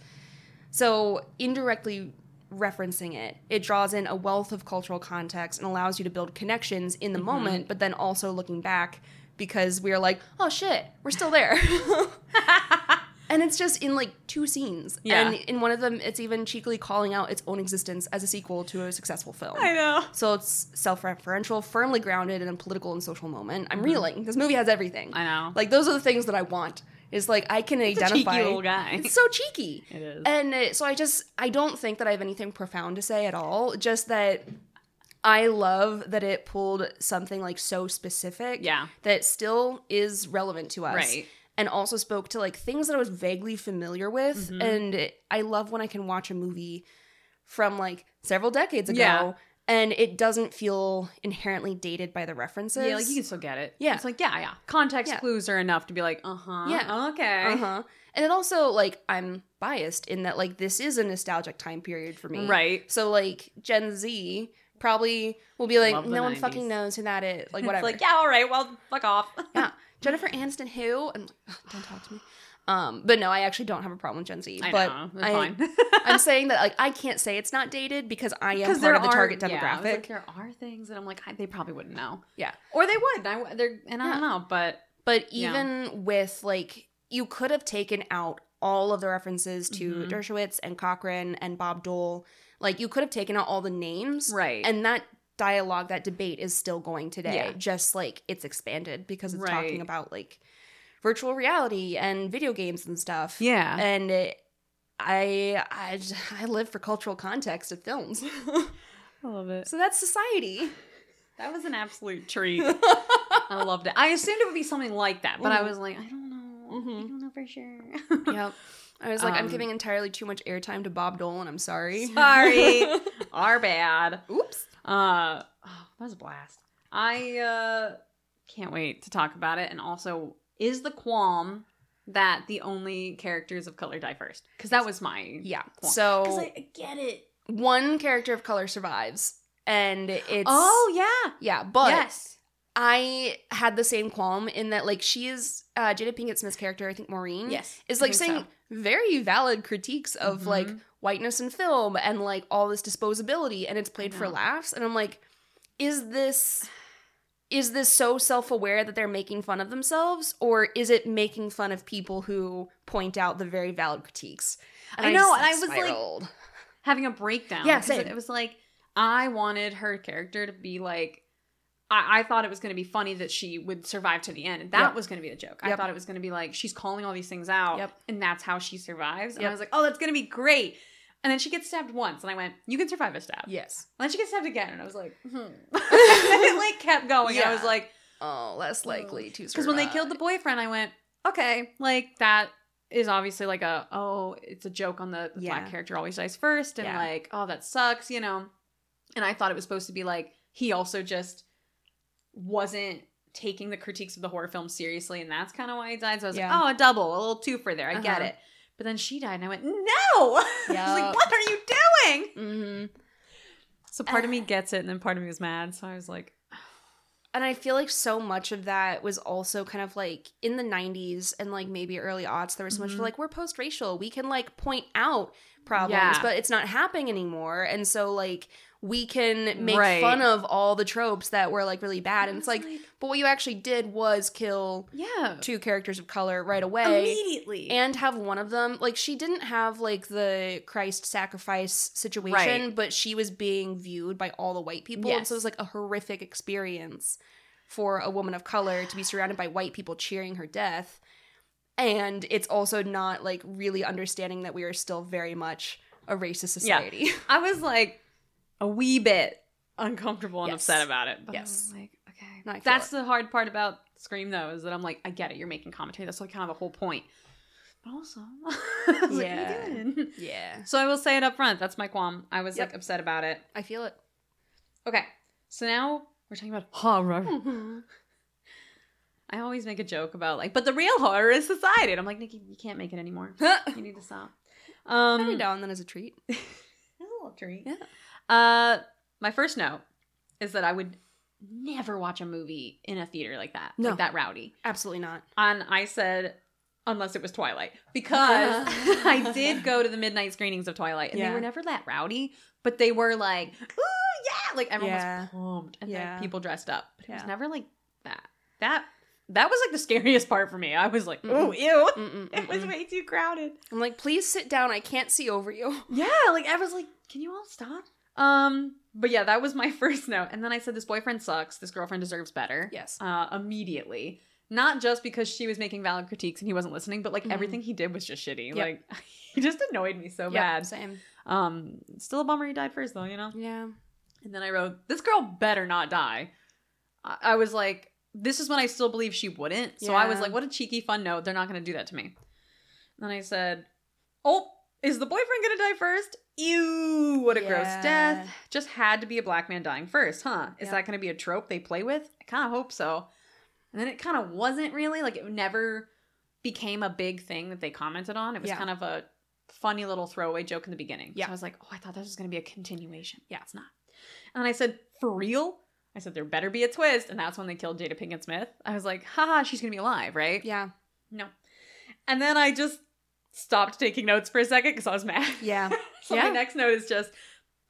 So, indirectly referencing it, it draws in a
Mm-hmm.
wealth of cultural context and allows you to build connections in the moment, but then also looking back, because we are like, oh shit, we're still there. and it's just in like two scenes.
Yeah.
And in one of them, it's even cheekily calling out its own existence as a sequel to a successful film.
I know.
So it's self referential, firmly grounded in a political and social moment. I'm reeling. This movie has everything.
Mm-hmm. I know.
Like, those are the things that I want. Is like I can
a cheeky
identify.
little guy.
It's so cheeky.
It is.
And uh, so I just I don't think that I have anything profound to say at all. Just that I love that it pulled something like so specific.
Yeah.
That still is relevant to us.
Right.
And also spoke to like things that I was vaguely familiar with.
Mm-hmm.
And it- I love when I can watch a movie from like several decades ago
Yeah.
and it doesn't feel inherently dated by the references.
Yeah, like you can still get it.
Yeah.
It's like, yeah, yeah. Context
Yeah.
clues are enough to be like, uh huh.
Yeah.
Okay.
Uh-huh. And it also like I'm biased in that like this is a nostalgic time period for me.
Right.
So like Gen Z probably will be like,
Love the
no one
90s.
fucking knows who that is. Like
It's
whatever.
like, yeah, all right. Well, fuck off.
Yeah. Jennifer Aniston who? And like, "Ugh, don't talk to me. Um, but no, I actually don't have a problem with Gen Z.
I
but
know. It's
I,
fine.
I'm saying that like I can't say it's not dated because I am part
there
of the
are-
target
yeah, I was
demographic.
like, there are things that I'm like, I, they probably wouldn't know.
Yeah.
Or they would. and I, w- they're, and I
Yeah.
don't know, but
But
Yeah.
even with like, you could have taken out all of the references to
Mhm.
Dershowitz and Cochran and Bob Dole. Like, you could have taken out all the names.
right.
And that dialogue, that debate is still going today.
Yeah.
Just like it's expanded because it's
Right.
talking about like virtual reality and video games and stuff.
yeah.
And it, I, I, j- I live for cultural context of films.
I love it.
so that's society.
That was an absolute treat. I loved it. I assumed it would be something like that, but I
Mhm.
was like, I don't know. I
Mhm.
don't know for sure.
yep. I was like, I'm
Um,
giving entirely too much airtime to Bob Dole, and I'm sorry.
Sorry. Our bad.
Oops.
Uh, oh, that was a blast. I uh, can't wait to talk about it. And also, is the qualm that the only characters of color die first? Because that was my
Yeah.
qualm. Because
So
I get it.
one character of color survives, and it's
oh yeah.
yeah. But
yes.
I had the same qualm in that like she is uh, Jada Pinkett Smith's character, I think Maureen
Yes.
is
I
like
think
saying
so.
very valid critiques of like
Mhm.
whiteness in film and like all this disposability, and it's played for
know.
laughs. And I'm like, is this is this so self aware that they're making fun of themselves, or is it making fun of people who point out the very valid critiques?
I know,
just,
and I was, like,
spiraled.
having a breakdown.
Yeah,
'Cause
same.
It, it was like I wanted her character to be like. I, I thought it was going to be funny that she would survive to the end. And that
Yep.
was going to be the joke. I
Yep.
thought it was going to be like she's calling all these things out,
Yep.
and that's how she survives. And I
Yep.
was like, oh, that's going to be great. And then she gets stabbed once, and I went, you can survive a stab.
yes.
And then she gets stabbed again, and I was like, hmm. and it like kept going. And I was
Yeah.
like,
Oh, less likely to
because when they killed the
survive.
boyfriend, I went, okay, like that is obviously like a oh, it's a joke on the, the black
Yeah.
character always dies first, and
Yeah.
like oh that sucks, you know. And I thought it was supposed to be like he also just wasn't taking the critiques of the horror film seriously, and that's kind of why he died. So I was
Yeah.
like, oh, a double, a little twofer there. I get
Uh-huh.
it. But then she died, and I went, no. I was like,
Yup.
what are you doing?
Mhm.
So part of me gets it, and then part of me was mad. So I was like,
And I feel like so much of that was also kind of like in the 90s and like maybe early aughts, there was so much
Mhm.
for like, we're post racial. We can like point out problems,
Yeah.
but it's not happening anymore. And so, like, we can make
Right.
fun of all the tropes that were like really bad. And it's
I
like,
was
but what you actually did was kill
yeah,
two characters of color
Oh,
right away.
immediately,
and have one of them like she didn't have like the Christ sacrifice situation,
Right.
but she was being viewed by all the white people, and so it
Yes.
was like a horrific experience for a woman of color to be surrounded by white people cheering her death. And it's also not like really understanding that we are still very much a racist
Yeah.
society.
I was like a wee bit uncomfortable and
Yes.
upset about it. But
Yes.
I was like, okay.
No, I feel
That's the hard part about Scream though, is that I'm like, I get it, you're making commentary. That's like kind of the whole point. But also I was like, what
Yeah.
are you doing?
yeah.
So I will say it up front. That's my qualm. I was
Yep.
like upset about it.
I feel it.
Okay. So now we're talking about horror.
Hmm.
I always make a joke about like, but the real horror is society. And I'm like, Nikki, you can't make it anymore. You need to stop. Um
Every now and then as a treat.
That's a little treat.
Yeah.
Uh, my first note is that I would never watch a movie in a theater like that,
No.
like that rowdy.
Absolutely not.
And I said, unless it was Twilight, because I did go to the midnight screenings of Twilight, and
Yeah.
they were never that rowdy, but they were like, ooh yeah, like everyone
Yeah.
was pumped, and like,
Yeah.
people dressed up, but it was
Yeah.
never like that. That That was like the scariest part for me. I was like, oh, ew.
Mm-mm,
It was
mm-mm.
way too crowded.
I'm like, please sit down. I can't see over you.
Yeah, like I was like, can you all stop? Um, but yeah, that was my first note. And then I said, this boyfriend sucks. This girlfriend deserves better.
Yes.
Uh, immediately. Not just because she was making valid critiques and he wasn't listening, but like
Mhm.
everything he did was just shitty.
Yep.
Like he just annoyed me so
Yeah,
bad.
same.
Um, still a bummer he died first though, you know.
Yeah.
And then I wrote, "This girl better not die." I, I was like, "This is when I still believe she wouldn't." So I was
Yeah.
like, "What a cheeky, fun note. They're not going to do that to me." And then I said, "Oh, is the boyfriend going to die first? Ew! What a gross
Yeah.
death. Just had to be a black man dying first, huh? Is
Yeah.
that going to be a trope they play with? I kind of hope so." And then it kind of wasn't really like it never became a big thing that they commented on. It was
Yeah.
kind of a funny little throwaway joke in the beginning.
Yeah.
So I was like, oh, I thought this was going to be a continuation. Yeah, it's not. And I said, for real? I said, there better be a twist. And that's when they killed Jada Pinkett Smith. I was like, haha, she's going to be alive, right?
Yeah.
No. And then I just stopped taking notes for a second because I was mad.
Yeah.
so my
Yeah.
next note is just,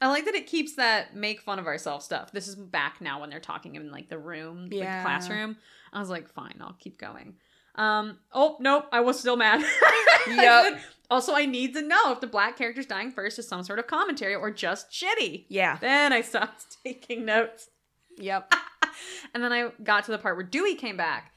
I like that it keeps that make fun of ourselves stuff. This is back now when they're talking in like the room, like the
Yeah.
classroom. I was like, fine, I'll keep going. Um, oh nope, I was still mad. I
Yep.
said, Also, I need to know if the black character's dying first is some sort of commentary or just shitty.
Yeah.
Then I stopped taking notes.
Yep.
And then I got to the part where Dewey came back.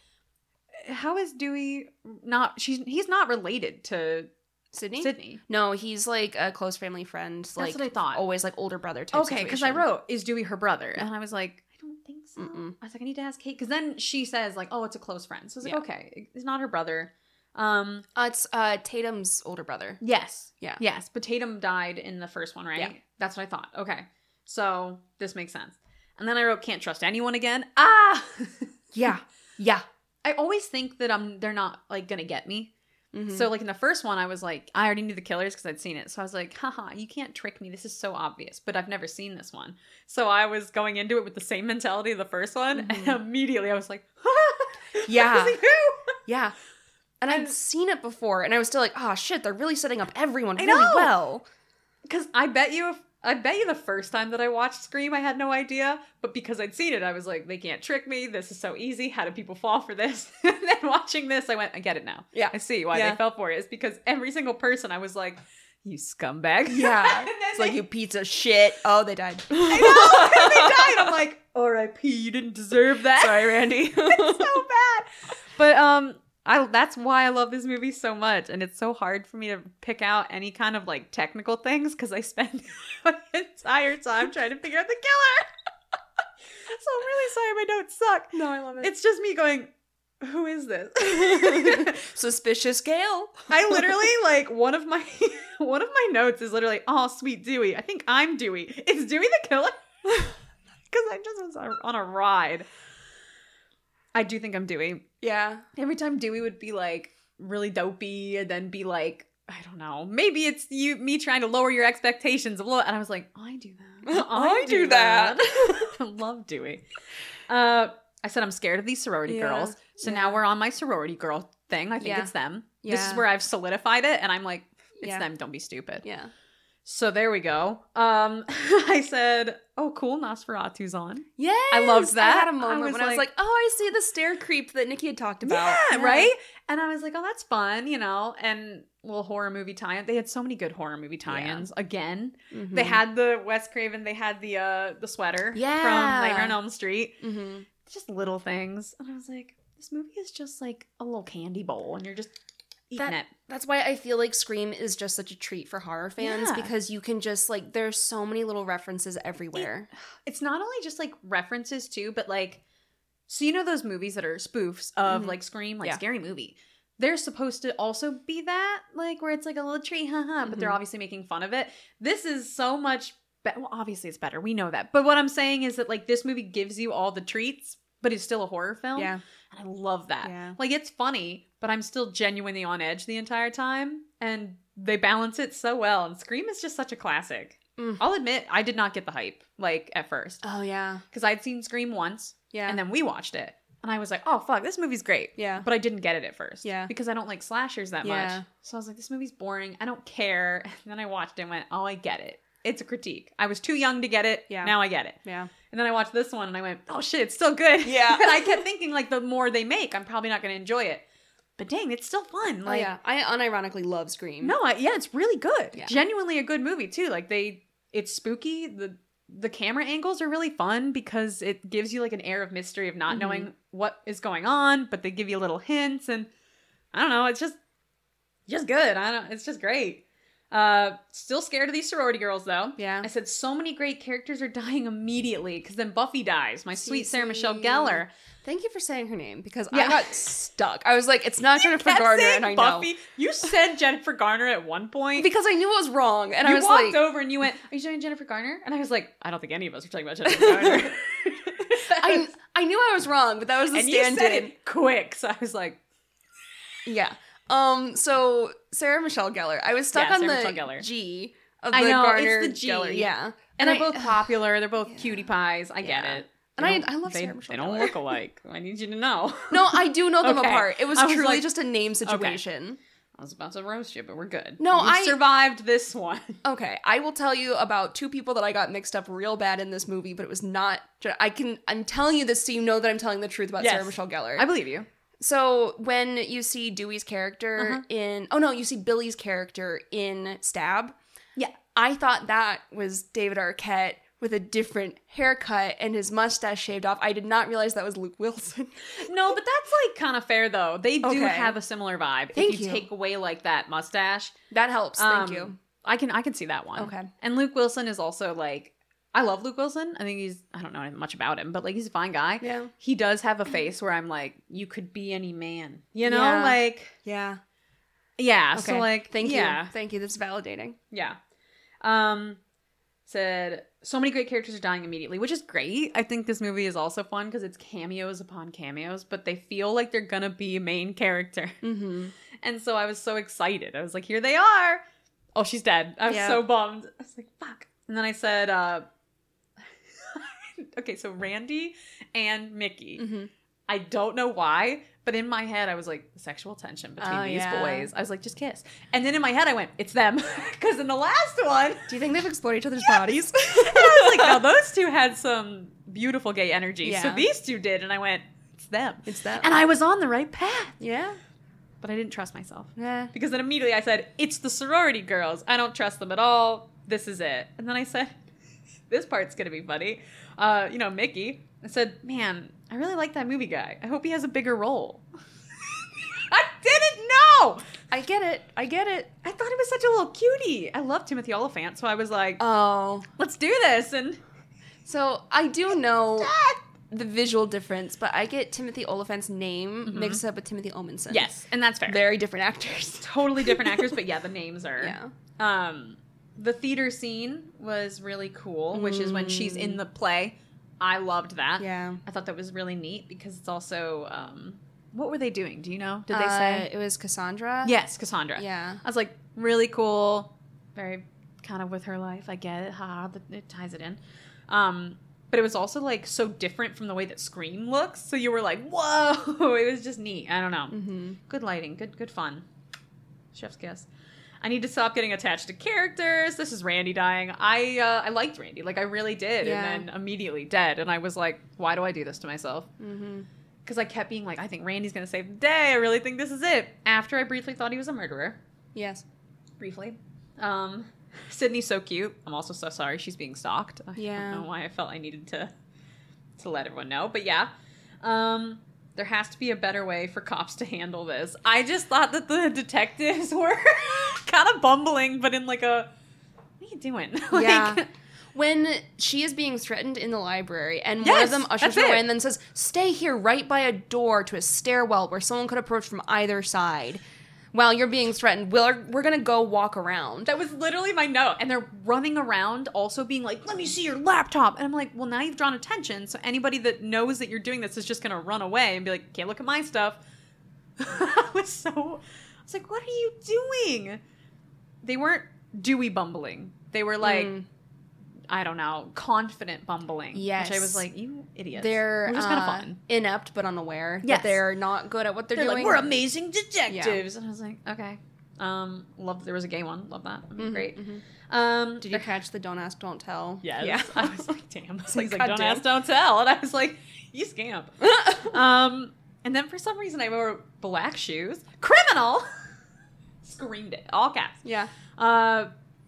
How is Dewey not she's he's not related to
Sydney?
Sydney.
No, he's like a close family friend.
That's
like
what I thought.
always like older brother type.
Okay, because I
situation.
wrote, is Dewey her brother? And I was like, I don't think so.
Mm-mm.
I was like, I need to ask Kate. Because then she says, like, oh, it's a close friend. So I was like,
Yeah.
okay, it's not her brother. Um,
Uh, it's uh, Tatum's older brother.
yes.
Yeah.
Yes. But Tatum died in the first one, right?
Yeah.
That's what I thought. Okay. So this makes sense. And then I wrote, can't trust anyone again. Ah!
Yeah. Yeah.
I always think that I'm they're not like gonna get me.
Mhm.
So like in the first one, I was like, I already knew the killers because I'd seen it. So I was like, haha, you can't trick me. This is so obvious. But I've never seen this one. So I was going into it with the same mentality of the first one,
Mhm.
and immediately I was like,
Yeah.
I was like, "Who?"
yeah. And I'd
And-
seen it before, and I was still like, oh shit, they're really setting up everyone
I
really
know!
well.
Because I bet you, if, I bet you the first time that I watched Scream, I had no idea. But because I'd seen it, I was like, they can't trick me. This is so easy. How do people fall for this? and then watching this, I went, I get it now.
Yeah.
I see why
Yeah.
they fell for it. It's because every single person, I was like, you scumbag.
Yeah.
and then
It's like
they-
you pizza shit. Oh, they died.
I know. and they died. I'm like, R.I.P. You didn't deserve that.
Sorry, Randy.
it's so bad. But um, I that's why I love this movie so much, and it's so hard for me to pick out any kind of like technical things because I spend my entire time trying to figure out the killer. so I'm really sorry my notes suck.
no, I love
It's just me going, who is this?
Suspicious Gale.
I literally like one of my one of my notes is literally, oh sweet Dewey. I think I'm Dewey. Is Dewey the killer? Because I just was on- on a ride. I do think I'm Dewey.
Yeah.
Every time Dewey would be like really dopey and then be like, I don't know, maybe it's you me trying to lower your expectations a little. And I was like, I do that.
I do that.
I love Dewey. Uh, I said I'm scared of these sorority
Yeah.
girls. So
Yeah.
now we're on my sorority girl thing. I think
Yeah.
it's them. This is
Yeah.
where I've solidified it and I'm like, it's
Yeah.
them, don't be stupid.
Yeah.
So there we go. Um I said, Oh cool, Nosferatu's on.
Yeah.
loved that.
I had a
I
moment
was
when I was
like-
like, oh, I see the stair creep that Nikki had talked about.
Yeah, right? And I was like, oh, that's fun, you know, and little horror movie tie in. They had so many good horror movie tie ins again.
Mhm.
They had the Wes Craven, they had the uh the sweater
Yeah.
from Nightmare on Elm Street.
Mhm.
Just little things. And I was like, this movie is just like a little candy bowl and you're just eating
That-
it.
That's why I feel like Scream is just such a treat for horror fans
Yeah.
because you can just like there's so many little references everywhere.
it's not only just like references too, but like so you know those movies that are spoofs of
Mhm.
like Scream, like
Yeah.
scary movie. They're supposed to also be that, like where it's like a little tree, haha, but they're
Mhm.
obviously making fun of it. This is so much better. Well, obviously it's better. We know that. But what I'm saying is that like this movie gives you all the treats, but it's still a horror film. And I love that.
Yeah.
Like it's funny, but I'm still genuinely on edge the entire time. And they balance it so well. And Scream is just such a classic.
Mm.
I'll admit, I did not get the hype, like at first.
Oh yeah.
Because I'd seen Scream once
Yeah.
and then we watched it. And I was like, oh fuck, this movie's great.
yeah.
But I didn't get it at first.
Yeah.
Because I don't like slashers that
Yeah.
much. So I was like, this movie's boring. I don't care. And then I watched it and went, oh, I get it. it's a critique. I was too young to get it.
Yeah.
Now I get it.
Yeah.
And then I watched this one and I went, oh shit, it's still good.
Yeah.
and I kept thinking, like, the more they make, I'm probably not going to enjoy it. But dang, it's still fun.
Oh,
Like,
yeah. I unironically love Scream.
no, I, yeah, it's really good.
Mm-hmm. Yeah.
Genuinely a good movie too. Like they, it's spooky. The the camera angles are really fun because it gives you like an air of mystery of not
Mhm.
knowing what is going on, but they give you little hints and I don't know. It's just just good. I don't. It's just great. Uh, still scared of these sorority girls though.
Yeah.
I said so many great characters are dying immediately because then Buffy dies. My sweet Sarah Michelle
Cece.
Gellar.
Thank you for saying her name because I
Yeah.
got stuck. I was like, it's not Jennifer
Kept
Garner,
saying
and I know
Buffy. You said Jennifer Garner at one point.
because I knew it was wrong, and
you
I was
walked
like,
over and you went, "Are you talking Jennifer Garner?" And I was like, "I don't think any of us are talking about Jennifer Garner."
I, I knew I was wrong, but that was the
and you said
stand-in.
it quick, so I was like,
Yeah. Um. So Sarah Michelle Gellar, I was stuck
Yeah,
on
Sarah
the
Michelle Gellar.
G of the
I know, it's
Garner
the G.
Gellar. Yeah.
"And they're
I-
both popular. They're both cutie pies. I get
Yeah.
it."
And
They
I-
don't-
I love
they,
Sarah Michelle
They don't
Gellar.
look alike. I need you to know.
No, I do know them
Okay.
apart. It was,
I was
truly
like-
just a name situation.
I was about to roast you, but we're good.
No,
We've
I-
survived this one.
Okay. I will tell you about two people that I got mixed up real bad in this movie, but it was not. I can. I'm telling you this so you know that I'm telling the truth about
Yes.
Sarah Michelle Gellar.
I believe you.
So when you see Dewey's character
Uh-huh.
in oh no, you see Billy's character in Stab.
Yeah.
I thought that was David Arquette with a different haircut and his mustache shaved off. I did not realize that was Luke Wilson.
No, but that's like kind of fair though. They do
Okay.
have a similar vibe.
Thank
if you,
you.
take away like that mustache,
that helps. Thank
Um,
you.
I can I can see that one.
Okay.
And Luke Wilson is also like I love Luke Wilson. I think he's I don't know much about him, but like he's a fine guy.
Yeah.
He does have a face where I'm like, you could be any man. You know,
Yeah.
like
Yeah.
yeah.
Okay.
So like
thank
yeah.
you. Thank you. That's validating.
Yeah. Um said so many great characters are dying immediately, which is great. I think this movie is also fun because it's cameos upon cameos, but they feel like they're gonna be a main character.
Mm-hmm.
And so I was so excited. I was like, here they are. Oh, she's dead. I was
Yeah.
so bummed. I was like, fuck. And then I said, uh, okay, so Randy and Mickey.
Mm-hmm.
I don't know why, but in my head, I was like, sexual tension between
Oh,
these
yeah.
boys. I was like, just kiss. And then in my head, I went, it's them. Because in the last one,
Do you think they've explored each other's bodies?
I was like, now those two had some beautiful gay energy. So
Yeah.
these two did. And I went, it's them.
It's that.
And I was on the right path,
yeah.
but I didn't trust myself.
Yeah.
Because then immediately I said, It's the sorority girls. I don't trust them at all. This is it. And then I said, This part's going to be funny. Uh, you know, Mickey. I said, Man, I really like that movie guy. I hope he has a bigger role. I didn't know.
I get it. I get it.
I thought he was such a little cutie. I love Timothy Oliphant. So I was like,
Oh.
Let's do this. And
So I do know the visual difference, but I get Timothy Oliphant's name mixed up with Timothy Omenson.
yes, and that's fair.
Very different actors.
totally different actors, but yeah, the names are.
Yeah.
Um, the theater scene was really cool, which is when she's in the play. I loved that.
Yeah.
I thought that was really neat because it's also um, what were they doing? Do you know? Did
Did
they say?
Uh, it was Cassandra?
Yes, Cassandra.
Yeah.
I was like really cool, very kind of with her life. I get it. Ha, that- it ties it in. Um, but it was also like so different from the way that Scream looks. So you were like, whoa! It was just neat. I don't know.
Mm-hmm.
Good lighting. Good good fun. Chef's kiss. I need to stop getting attached to characters. This is Randy dying. I uh, I liked Randy, like I really did,
Yeah.
and then immediately dead. And I was like, why do I do this to myself?
Mm-hmm.
Because I kept being like, I think Randy's gonna save the day. I really think this is it. After I briefly thought he was a murderer,
Yes.
briefly. Um, Sydney's so cute. I'm also so sorry she's being stalked. I
Yeah.
don't know why I felt I needed to to let everyone know, but yeah. Um, there has to be a better way for cops to handle this. I just thought that the detectives were kind of bumbling, but in like a what are you doing? like,
Yeah. When she is being threatened in the library, and one
Yes,
of them ushers
that's
her
it.
away and then says, "Stay here, right by a door to a stairwell where someone could approach from either side." While you're being threatened, we're we're gonna go walk around.
That was literally my note. And they're running around also being like, let me see your laptop. And I'm like, well, now you've drawn attention. So anybody that knows that you're doing this is just going to run away and be like, can't look at my stuff. I was so, I was like, what are you doing? They weren't dewy bumbling. They were like,
Mm.
I don't know, confident bumbling.
Yes.
Which I was like, you idiots.
they're
Which is kind of
uh,
fun.
inept but unaware
Yes.
that they're not good at what they're,
They're
doing.
like, we're amazing detectives. And I was like, okay. Um, love that there was a gay one. Love that. That'd be
Mhm,
great.
mhm.
Um,
Did you catch the don't ask, don't tell?
Yes.
Yeah.
I was like, damn. I was like,
God
don't
damn.
ask, don't tell. And I was like, you scamp. um, and then for some reason I wore black shoes. Criminal! Screamed it, all caps.
yeah.
Uh,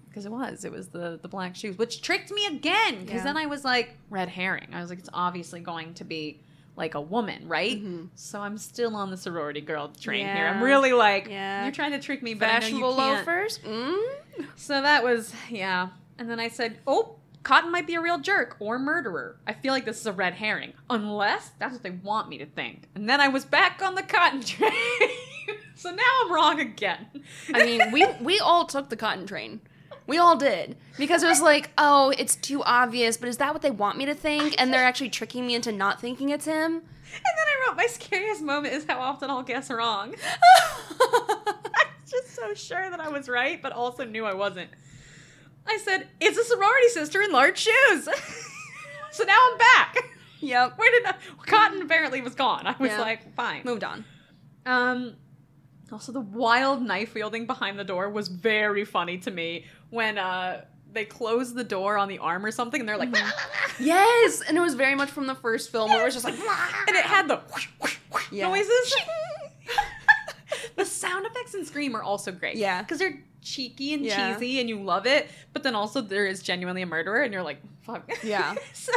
because it was, it was the the black shoes, which tricked me again. Because
Yeah.
then I was like, red herring. I was like, it's obviously going to be like a woman, right?
Mhm.
So I'm still on the sorority girl train here. I'm
Yeah.
really like,
Yeah.
you're trying to trick me, but
Fashionable
I know you can't.
loafers. Mm.
So that was, yeah. And then I said, oh, Cotton might be a real jerk or murderer. I feel like this is a red herring. Unless that's what they want me to think. And then I was back on the Cotton train. so now I'm wrong again.
I mean, we we all took the cotton train. We all did because it was like, oh, it's too obvious. But is that what they want me to think? And they're actually tricking me into not thinking it's him.
And then I wrote, my scariest moment is how often I'll guess wrong. I was just so sure that I was right, but also knew I wasn't. I said, it's a sorority sister in large shoes. so now I'm back.
Yep.
Where did I? Cotton apparently was gone. I was
Yeah.
like, fine.
Moved on.
Um, also, the wild knife wielding behind the door was very funny to me when uh, they closed the door on the arm or something, and they're like,
Mm-hmm. Yes, and it was very much from the first film where it was just like,
and it had the whoosh, whoosh, whoosh
Yeah.
noises. the sound effects in Scream are also great.
Yeah.
because they're cheeky and
Yeah.
cheesy, and you love it. But then also there is genuinely a murderer, and you're like, fuck.
Yeah.
so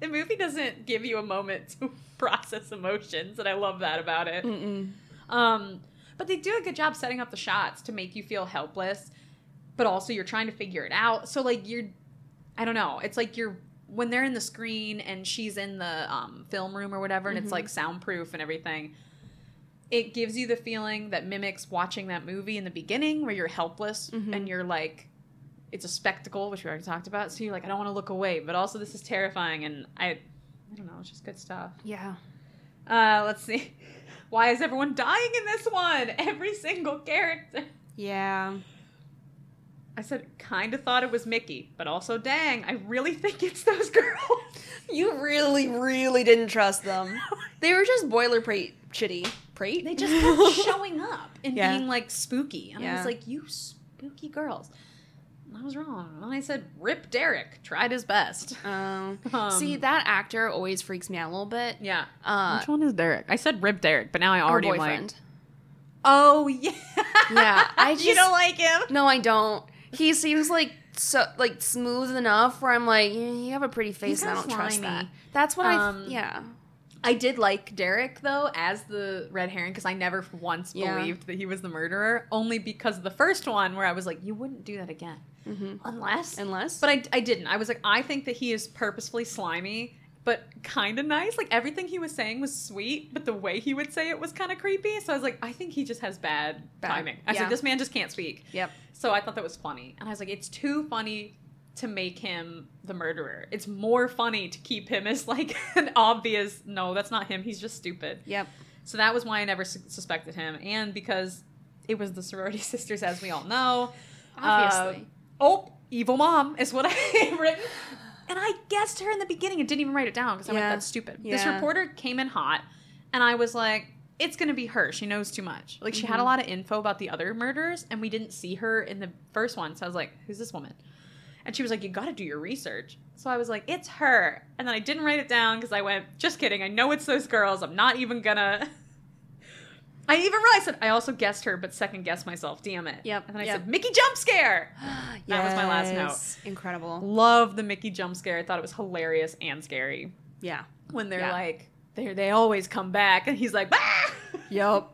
the movie doesn't give you a moment to process emotions, and I love that about it.
Mm-mm.
Um, but they do a good job setting up the shots to make you feel helpless, but also you're trying to figure it out. So like you're, I don't know. It's like you're when they're in the screen and she's in the um, film room or whatever, and it's like soundproof and everything. It gives you the feeling that mimics watching that movie in the beginning, where you're helpless
Mhm.
and you're like, it's a spectacle, which we already talked about. So you're like, I don't want to look away, but also this is terrifying, and I, I don't know, it's just good stuff.
Yeah.
Uh, let's see. Why is everyone dying in this one? Every single character.
Yeah.
I said, kind of thought it was Mickey, but also, dang, I really think it's those girls.
You really, really didn't trust them. They were just boilerplate shitty. Prate?
they just kept showing up and
Yeah.
being like spooky. And I
Yeah.
was like, you spooky girls. And I was wrong. And I said, Rip Derek tried his best.
Um,
Um,
see, that actor always freaks me out a little bit.
Yeah.
Uh,
one is Derek? I said Rip Derek, but now I
her boyfriend.
oh yeah,
Yeah, I
you
just-
don't like him.
No, I don't. He seems like so like smooth enough where I'm like, "Mm, you have a pretty face, and I
kinda
don't trust
slimy.
that. That's what I.
Um,
Th- yeah.
I did like Derek though as the red herring because I never for once
Yeah.
believed that he was the murderer, only because of the first one where I was like, you wouldn't do that again,
Mm-hmm.
unless.
Unless.
but I, I didn't. I was like, I think that he is purposefully slimy, but kind of nice. Like everything he was saying was sweet, but the way he would say it was kind of creepy. So I was like, I think he just has bad,
Bad.
timing. I was
Yeah.
like, this man just can't speak.
yep.
So I thought that was funny. And I was like, it's too funny to make him the murderer. It's more funny to keep him as like an obvious, no, that's not him. He's just stupid.
Yep.
So that was why I never su- suspected him. And because it was the sorority sisters, as we all know.
Obviously.
Uh, oh, evil mom is what I had written. And I guessed her in the beginning and didn't even write it down because I'm
Yeah.
like, that's stupid. This
Yeah.
reporter came in hot and I was like, it's going to be her. She knows too much. Like, she had
Mm-hmm.
a lot of info about the other murders and we didn't see her in the first one. So I was like, who's this woman? And she was like, you got to do your research. So I was like, it's her. And then I didn't write it down because I went, just kidding. I know it's those girls. I'm not even going to. I even realized that I also guessed her, but second guessed myself. Damn it.
Yep,
And then I
yep.
said, Mickey jump scare. That was my last note.
Uh, Yes. Incredible.
Love the Mickey jump scare. I thought it was hilarious and scary
Yeah.
when they're
Yeah.
like, they they always come back, and he's like, "Ah!"
Yep.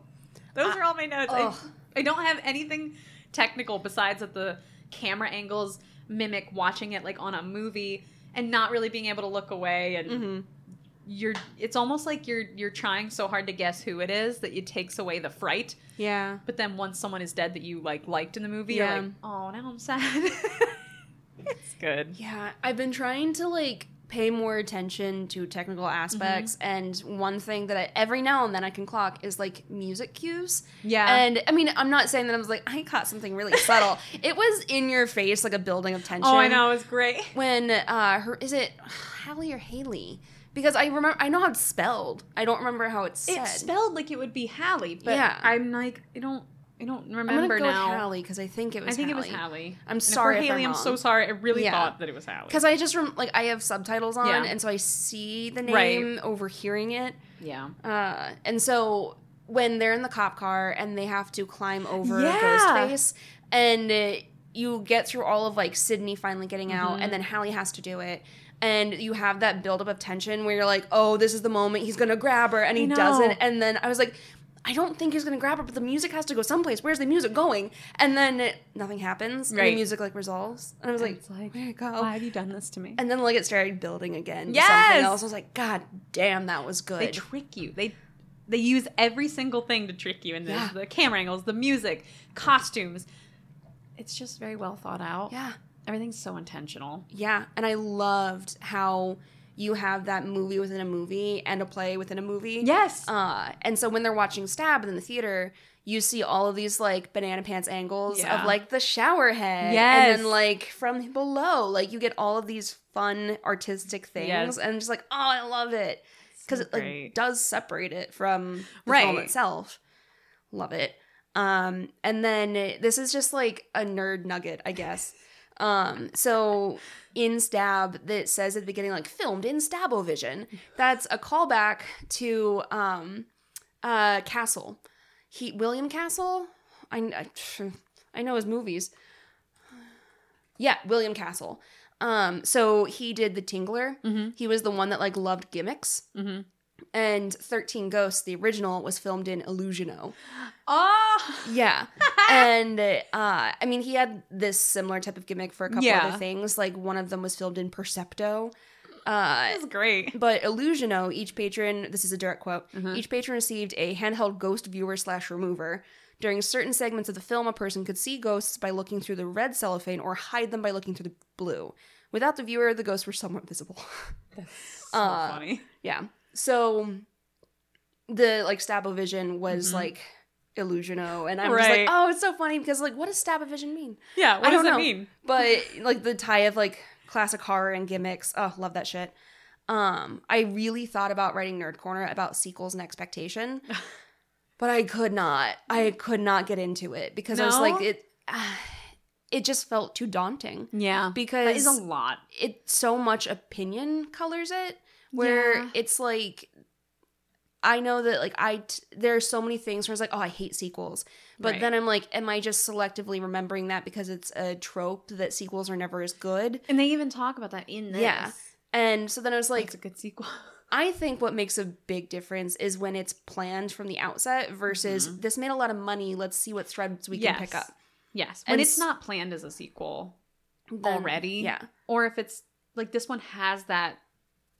Those are all my notes. I,
Ugh.
I don't have anything technical besides that the camera angles mimic watching it like on a movie and not really being able to look away and
Mm-hmm.
you're it's almost like you're you're trying so hard to guess who it is that it takes away the fright
Yeah.
but then once someone is dead that you like liked in the movie
Yeah.
you're like oh now i'm sad it's good
Yeah, I've been trying to like pay more attention to technical aspects and one thing that I, every now and then I can clock is like music cues.
yeah
And I mean, I'm not saying that I was like I caught something really subtle. it was in your face like a building of tension.
oh i know it's great
When uh her is it Hallie or Haley? Because I remember I know how it's spelled. I don't remember how it's said.
It's spelled like it would be Hallie, but
Yeah.
I'm like, I don't. I don't
I'm gonna
remember
go
now.
with Hallie because I think it was.
I think
Hallie.
it was Hallie.
I'm
And if we're
sorry if I'm
Haley. I'm so
wrong.
sorry. I really
Yeah.
thought that it was Hallie.
Because I just rem- like I have subtitles on,
Yeah.
and so I see the
Right.
name overhearing it.
Yeah.
Uh, and so when they're in the cop car and they have to climb over
Yeah.
Ghostface, and uh, you get through all of like Sydney finally getting out,
Mhm.
and then Hallie has to do it. And you have that buildup of tension where you're like, oh, this is the moment he's gonna grab her, and
I
he
know.
doesn't. And then I was like, I don't think he's gonna grab her, but the music has to go someplace. Where's the music going? And then it, nothing happens, and
Right.
the music like resolves. And I was
And
like,
it's like, "Oh,
where it go?
Why have you done this to me?
And then like it started building again. Yes.
Yes!
Something else. I was like, God damn, that was good.
They trick you. They they use every single thing to trick you. And there's
Yeah.
the camera angles, the music, costumes. It's just very well thought out.
yeah.
Everything's so intentional.
Yeah. And I loved how you have that movie within a movie and a play within a movie.
Yes.
Uh, and so when they're watching Stab in the theater, you see all of these like banana pants angles
Yeah.
of like the shower head.
Yes.
And then like from below, like you get all of these fun artistic things.
Yes.
And just like, oh, I love it. Because
So
it like
great.
does separate it from the film
Right.
itself. Love it. Um, and then it- this is just like a nerd nugget, I guess. Um, so in Stab that says at the beginning, like filmed in Stabovision. That's a callback to um uh Castle. He William Castle? I I, I know his movies. Yeah, William Castle. Um, so he did the Tingler.
Mhm.
He was the one that like loved gimmicks.
Mhm.
And Thirteen Ghosts, the original, was filmed in Illusiono.
Oh,
Yeah. and uh, I mean, he had this similar type of gimmick for a couple
Yeah.
other things. Like one of them was filmed in Percepto. Uh,
that's great.
but Illusiono, each patron, this is a direct quote,
Mhm.
each patron received a handheld ghost viewer slash remover. During certain segments of the film, a person could see ghosts by looking through the red cellophane or hide them by looking through the blue. Without the viewer, the ghosts were somewhat visible.
That's so
Uh,
funny.
yeah. So the like Stabovision was
Mhm.
like Illusiono, and I'm just like,
Right.
oh, it's so funny because like, what does Stabovision mean?
Yeah, what
I
does
don't
that
know.
mean?
but like the tie of like classic horror and gimmicks oh love that shit um i really thought about writing nerd corner about sequels and expectation but i could not i could not get into it because i was
No?
like it it just felt too daunting
Yeah. That is
because
a lot.
it so much opinion colors it where
Yeah.
it's like I know that like I t- there are so many things where it's like oh I hate sequels, but
Right.
then I'm like am I just selectively remembering that because it's a trope that sequels are never as good?
And they even talk about that in this.
Yeah. And so then I was
Like
like
it's a good sequel.
I think what makes a big difference is when it's planned from the outset versus
Mhm.
this made a lot of money let's see what threads we can pick
Yes.
up
Yes. When
And
it's
s-
not planned as a sequel.
Then-
Already?
Yeah,
or if it's like this one has that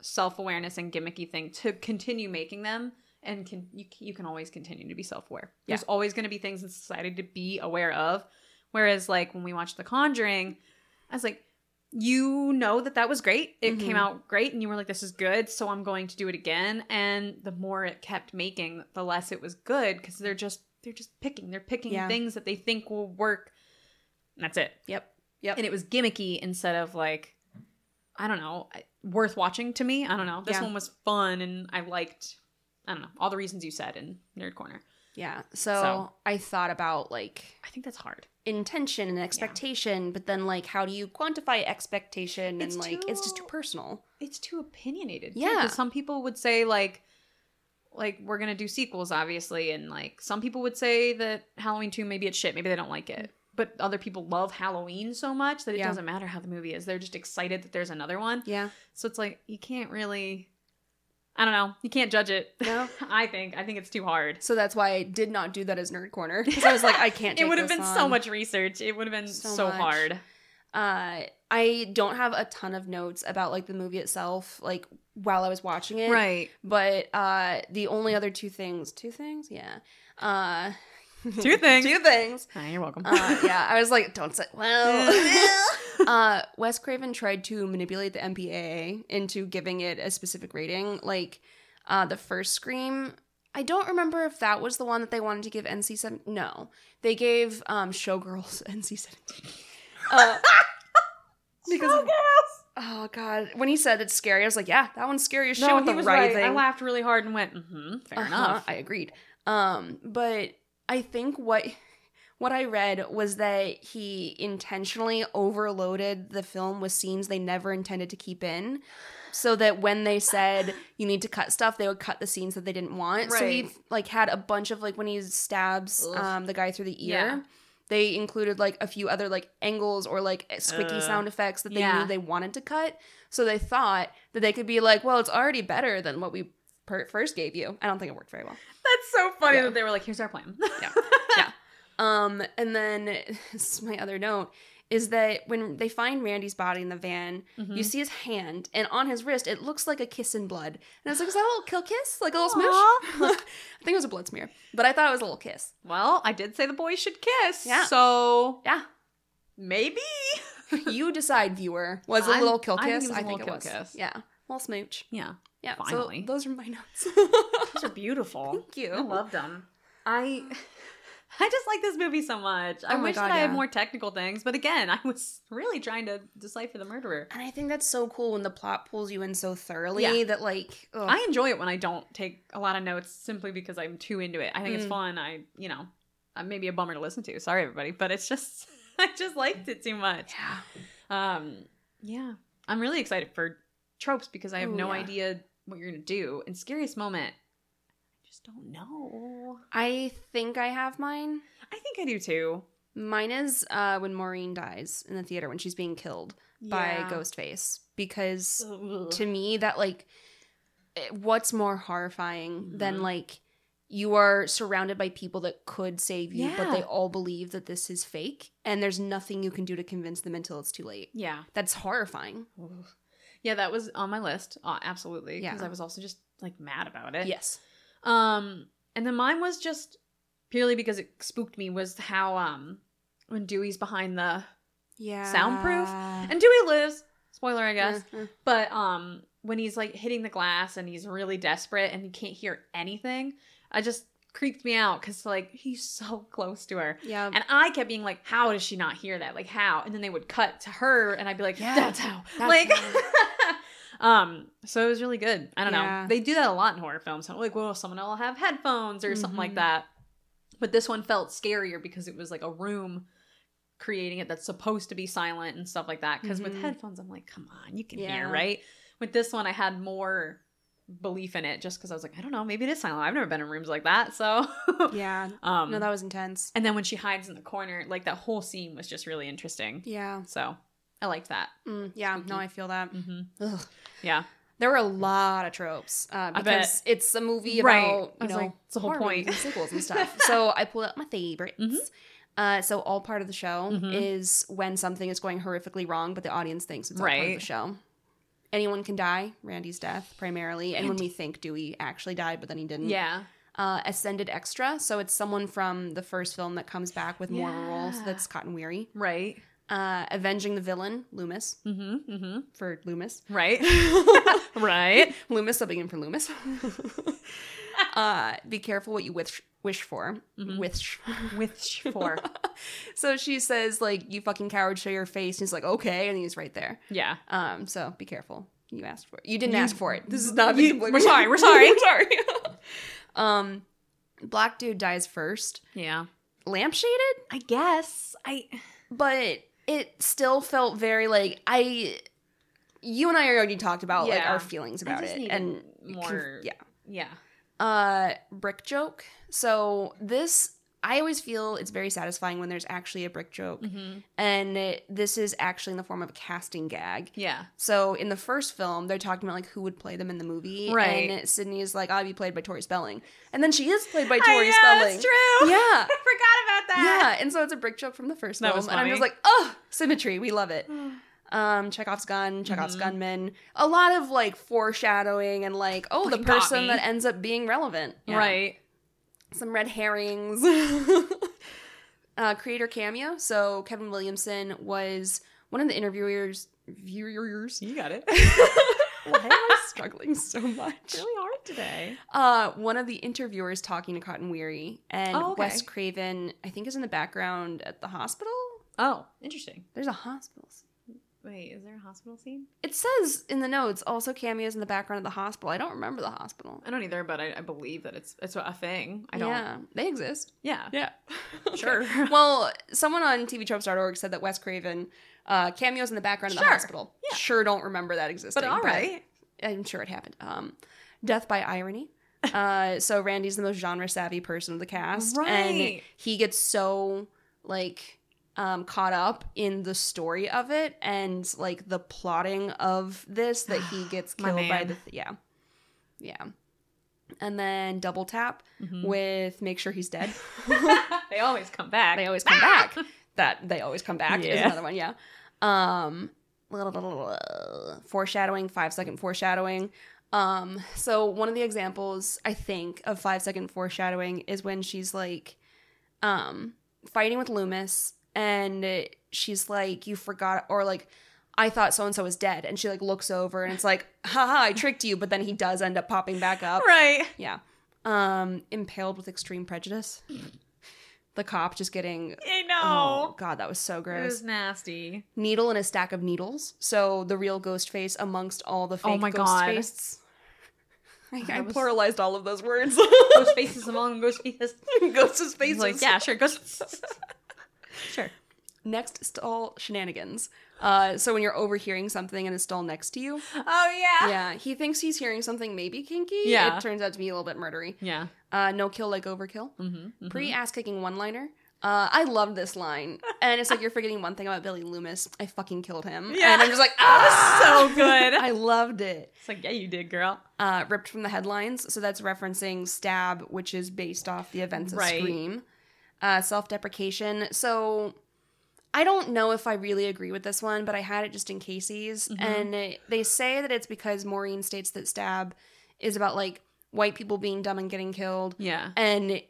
self-awareness and gimmicky thing to continue making them and can you, you can always continue to be self-aware there's always going to be things in society to be aware of whereas like when we watched the conjuring i was like you know that that was great it came
Mhm.
out great and you were like this is good so i'm going to do it again and the more it kept making the less it was good because they're just they're just picking they're picking
Yeah.
things that they think will work and that's it
yep, yep.
and it was gimmicky instead of like i don't know worth watching to me i don't know this
Yeah.
one was fun and i liked i don't know all the reasons you said in nerd corner
yeah. So,
So.
I thought about like
i think that's hard
intention and expectation, but then like how do you quantify expectation
It's
and like it's just
too-
too personal.
it's too opinionated too,
Yeah.
'cause some people would say like like we're gonna do sequels obviously and like some people would say that halloween 2 maybe it's shit maybe they don't like it but other people love halloween so much that it
Yeah.
doesn't matter how the movie is they're just excited that there's another one
Yeah.
So it's like you can't really I don't know. You can't judge it.
No.
I think. I think it's too hard.
So that's why I did not do that as nerd corner because I was like, I can't. Take
It would have
this
been so
on.
much research. It would have been
So
so,
much.
hard.
Uh, I don't have a ton of notes about like the movie itself, like while I was watching it.
Right.
But uh, the only other two things, two things, yeah. Uh,
Two things.
two things.
you're welcome.
Uh, yeah, I was like, don't say well. uh, Wes Craven tried to manipulate the MPAA into giving it a specific rating. Like uh, the first Scream, I don't remember if that was the one that they wanted to give NC seven. No, they gave um, Showgirls NC seventeen. Uh, because of- oh god, when he said it's scary, I was like, yeah, that one's scary as shit
no,
with
he
the
was right.
writhing.
I laughed really hard and went, mm-hmm, fair
Uh-huh,
enough.
I agreed. Um, but I think what What I read was that he intentionally overloaded the film with scenes they never intended to keep in. So that when they said you need to cut stuff, they would cut the scenes that they didn't want. So he
Right.
like had a bunch of like when he stabs
Ugh.
um, the guy through the ear,
Yeah.
they included like a few other like angles or like squicky
Ugh.
sound effects that they
Yeah.
knew they wanted to cut. So they thought that they could be like, well, it's already better than what we per- first gave you. I don't think it worked very well.
That's so funny
Yeah.
that they were like, here's our plan.
Yeah. Um, and then this is my other note is that when they find Randy's body in the van,
Mhm.
you see his hand, and on his wrist, it looks like a kiss in blood. And I was like, is that a little kill kiss? Like a little
Aw.
smoosh? I think it was a blood smear, but I thought it was a little kiss.
well, I did say the boys should kiss.
Yeah.
So
Yeah.
maybe.
You decide, viewer. Was it a
I'm-
little kill
I think it
kiss?
was a little kill kiss.
Yeah. Little smooch.
Yeah.
Yeah.
Finally.
So those are my notes.
Those are beautiful.
Thank you.
I love them. I I just like this movie so much. I
Oh my
wish
God,
that I had
yeah.
more technical things, but again, I was really trying to decipher the murderer.
and I think that's so cool when the plot pulls you in so thoroughly
Yeah.
that like ugh.
I enjoy it when I don't take a lot of notes simply because I'm too into it. I think it's
Mm.
fun. I, you know, I may be a bummer to listen to. Sorry everybody, but it's just I just liked it too much.
yeah.
Um, yeah, I'm really excited for tropes because I have
Ooh,
no
yeah.
idea what you're gonna do. And scariest moment, I just don't know.
I think I have mine.
I think I do too.
Mine is uh, when Maureen dies in the theater when she's being killed by Ghostface because to me that like it- what's more horrifying than
Mhm.
like you are surrounded by people that could save you but they
Yeah.
all believe that this is fake and there's nothing you can do to convince them until it's too late.
yeah,
That's horrifying.
yeah, that was on my list. Uh, absolutely, because
Yeah.
I was also just like mad about it.
Yes.
Um, and then mine was just purely because it spooked me was how um when Dewey's behind the
Yeah.
Soundproof? and Dewey lives. Spoiler, I guess.
Yes.
But um when he's like hitting the glass and he's really desperate and he can't hear anything, I just creeped me out cuz like he's so close to her.
Yeah.
And I kept being like, how does she not hear that? Like how? And then they would cut to her and I'd be like,
Yeah,
that's how.
that's
like um so it was really good. I don't
Yeah.
know. They do that a lot in horror films. So like, well, someone will have headphones or something
Mhm.
like that. But this one felt scarier because it was like a room creating it that's supposed to be silent and stuff like that. Because
Mhm.
with headphones, I'm like, come on, you can hear,
Yeah.
right? With this one, I had more belief in it just because I was like, I don't know, maybe it is silent. I've never been in rooms like that, so
yeah.
um,
No, that was intense.
and then when she hides in the corner, like that whole scene was just really interesting.
Yeah.
So I liked that.
Mm, yeah. No,
Spooky.
I feel that.
hmm
Ugh.
Yeah,
There were a lot of tropes uh,
bet.
because it's a movie about
Right. I
you
was
know
like, it's the whole
horror
point.
movies and sequels and stuff. so I pulled out my favorites.
Mhm.
Uh, so all part of the show
Mhm.
is when something is going horrifically wrong, but the audience thinks it's all part of
Right.
the show. Anyone can die. Randy's death primarily, and when we think Dewey actually died, but then he didn't.
yeah,
Uh, Ascended Extra. So it's someone from the first film that comes back with more roles.
Yeah.
That's Cotton Weary.
right.
Uh, Avenging the villain Loomis
hmm hmm
for Loomis.
Right, right.
Loomis, subbing in for Loomis. uh, be careful what you wish wish for.
Mhm.
Wish.
With sh- four,
So she says, like, you fucking coward, show your face. And he's like, okay, and he's right there.
yeah.
Um, so be careful. You asked for it. You didn't
You-
ask for it. This is not. a
you-
victim blame.
we're sorry, we're sorry.
we're sorry. um, black dude dies first.
Yeah.
Lampshaded,
I guess. I
but it still felt very like I. You and I already talked about like
Yeah.
our feelings about
just
it,
needed
and
more-
yeah.
yeah.
uh brick joke so this i always feel it's very satisfying when there's actually a brick joke
Mm-hmm.
and it, this is actually in the form of a casting gag
Yeah.
so in the first film they're talking about like who would play them in the movie
Right.
and sydney is like i'll be played by tori spelling and then she is played by
Ah,
tori
yeah,
spelling
That's true.
yeah
I forgot about that.
yeah and so it's a brick joke from the first
That
film
was
and i'm just
funny.
like oh symmetry we love it
Yeah.
um chekhov's gun chekhov's
Mhm.
gunman a lot of like foreshadowing and like oh
Fucking
the
got
person
me.
that ends up being relevant Yeah
Right.
some red herrings. uh, creator cameo. So Kevin Williamson was one of the interviewers. Viewers.
You got it.
Why am I struggling so much?
really hard today.
Uh, one of the interviewers talking to Cotton Weary and
Oh, okay.
Wes Craven. I think is in the background at the hospital.
Oh, interesting.
There's a hospital.
Wait, is there a hospital scene?
It says in the notes also cameos in the background of the hospital. I don't remember the hospital.
I don't either, but I, I believe that it's it's a thing. I don't.
Yeah, they exist.
Yeah.
Yeah,
Sure.
well, someone on TVTropes.org said that Wes Craven uh, cameos in the background of the
Sure.
hospital.
Yeah.
Sure, don't remember that existing.
But all right.
I'm sure it happened. Um, Death by Irony. Uh, so Randy's the most genre savvy person of the cast, and
Right.
he gets so like um, caught up in the story of it and like the plotting of this that he gets
My
killed by
man.
the yeah, yeah, and then double tap
Mhm.
with make sure he's dead.
they always come back.
They always come back. That they always come back is
Yeah.
another one. Yeah. Um, foreshadowing, five second foreshadowing. Um, so one of the examples I think of five second foreshadowing is when she's like, um, fighting with Loomis, and she's like, "You forgot," or like. I thought so and so was dead, and she like looks over and it's like, haha, I tricked you, but then he does end up popping back up.
Ah! Right.
Yeah. Um, impaled with extreme prejudice. The cop just getting
I know.
Oh god, that was so
it
gross.
was nasty.
Needle in a stack of needles. So the real ghost face amongst all the fake
Oh my
ghost
God.
faces. I, I
That was-
pluralized all of those words.
Ghost faces among ghost faces.
Ghost's
He's
faces.
like, yeah, sure, ghost. sure.
Next stall shenanigans. Uh, so when you're overhearing something in a stall next to you,
Oh yeah.
yeah, he thinks he's hearing something maybe kinky.
Yeah.
it turns out to be a little bit murdery.
Yeah.
Uh, no kill like overkill.
Mm-hmm.
Pre ass kicking one liner. Uh, I love this line, and it's like you're forgetting one thing about Billy Loomis. I fucking killed him,
Yeah.
and I'm just like, ah,
so good.
I loved it.
It's like, yeah, you did, girl.
Uh, ripped from the headlines, so that's referencing Stab, which is based off the events of
Right.
Scream. Uh, Self deprecation. So I don't know if I really agree with this one, but I had it just in Casey's,
Mhm.
and it- they say that it's because Maureen states that Stab is about like white people being dumb and getting killed,
Yeah.
and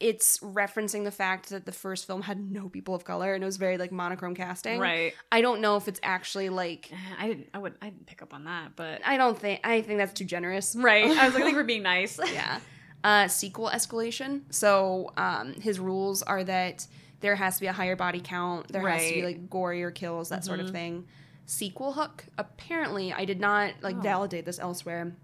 it's referencing the fact that the first film had no people of color and it was very like monochrome casting.
Right.
I don't know if it's actually like
I didn't. I would. I didn't pick up on that, but
I don't think I think that's too generous.
right. I was like, I think we're being nice.
yeah. Uh, sequel escalation. So um, his rules are that there has to be a higher body count. There has to be
Right.
like gorier kills, that sort of
Mhm.
thing. Sequel hook. Apparently, I did not like
Oh.
validate this elsewhere.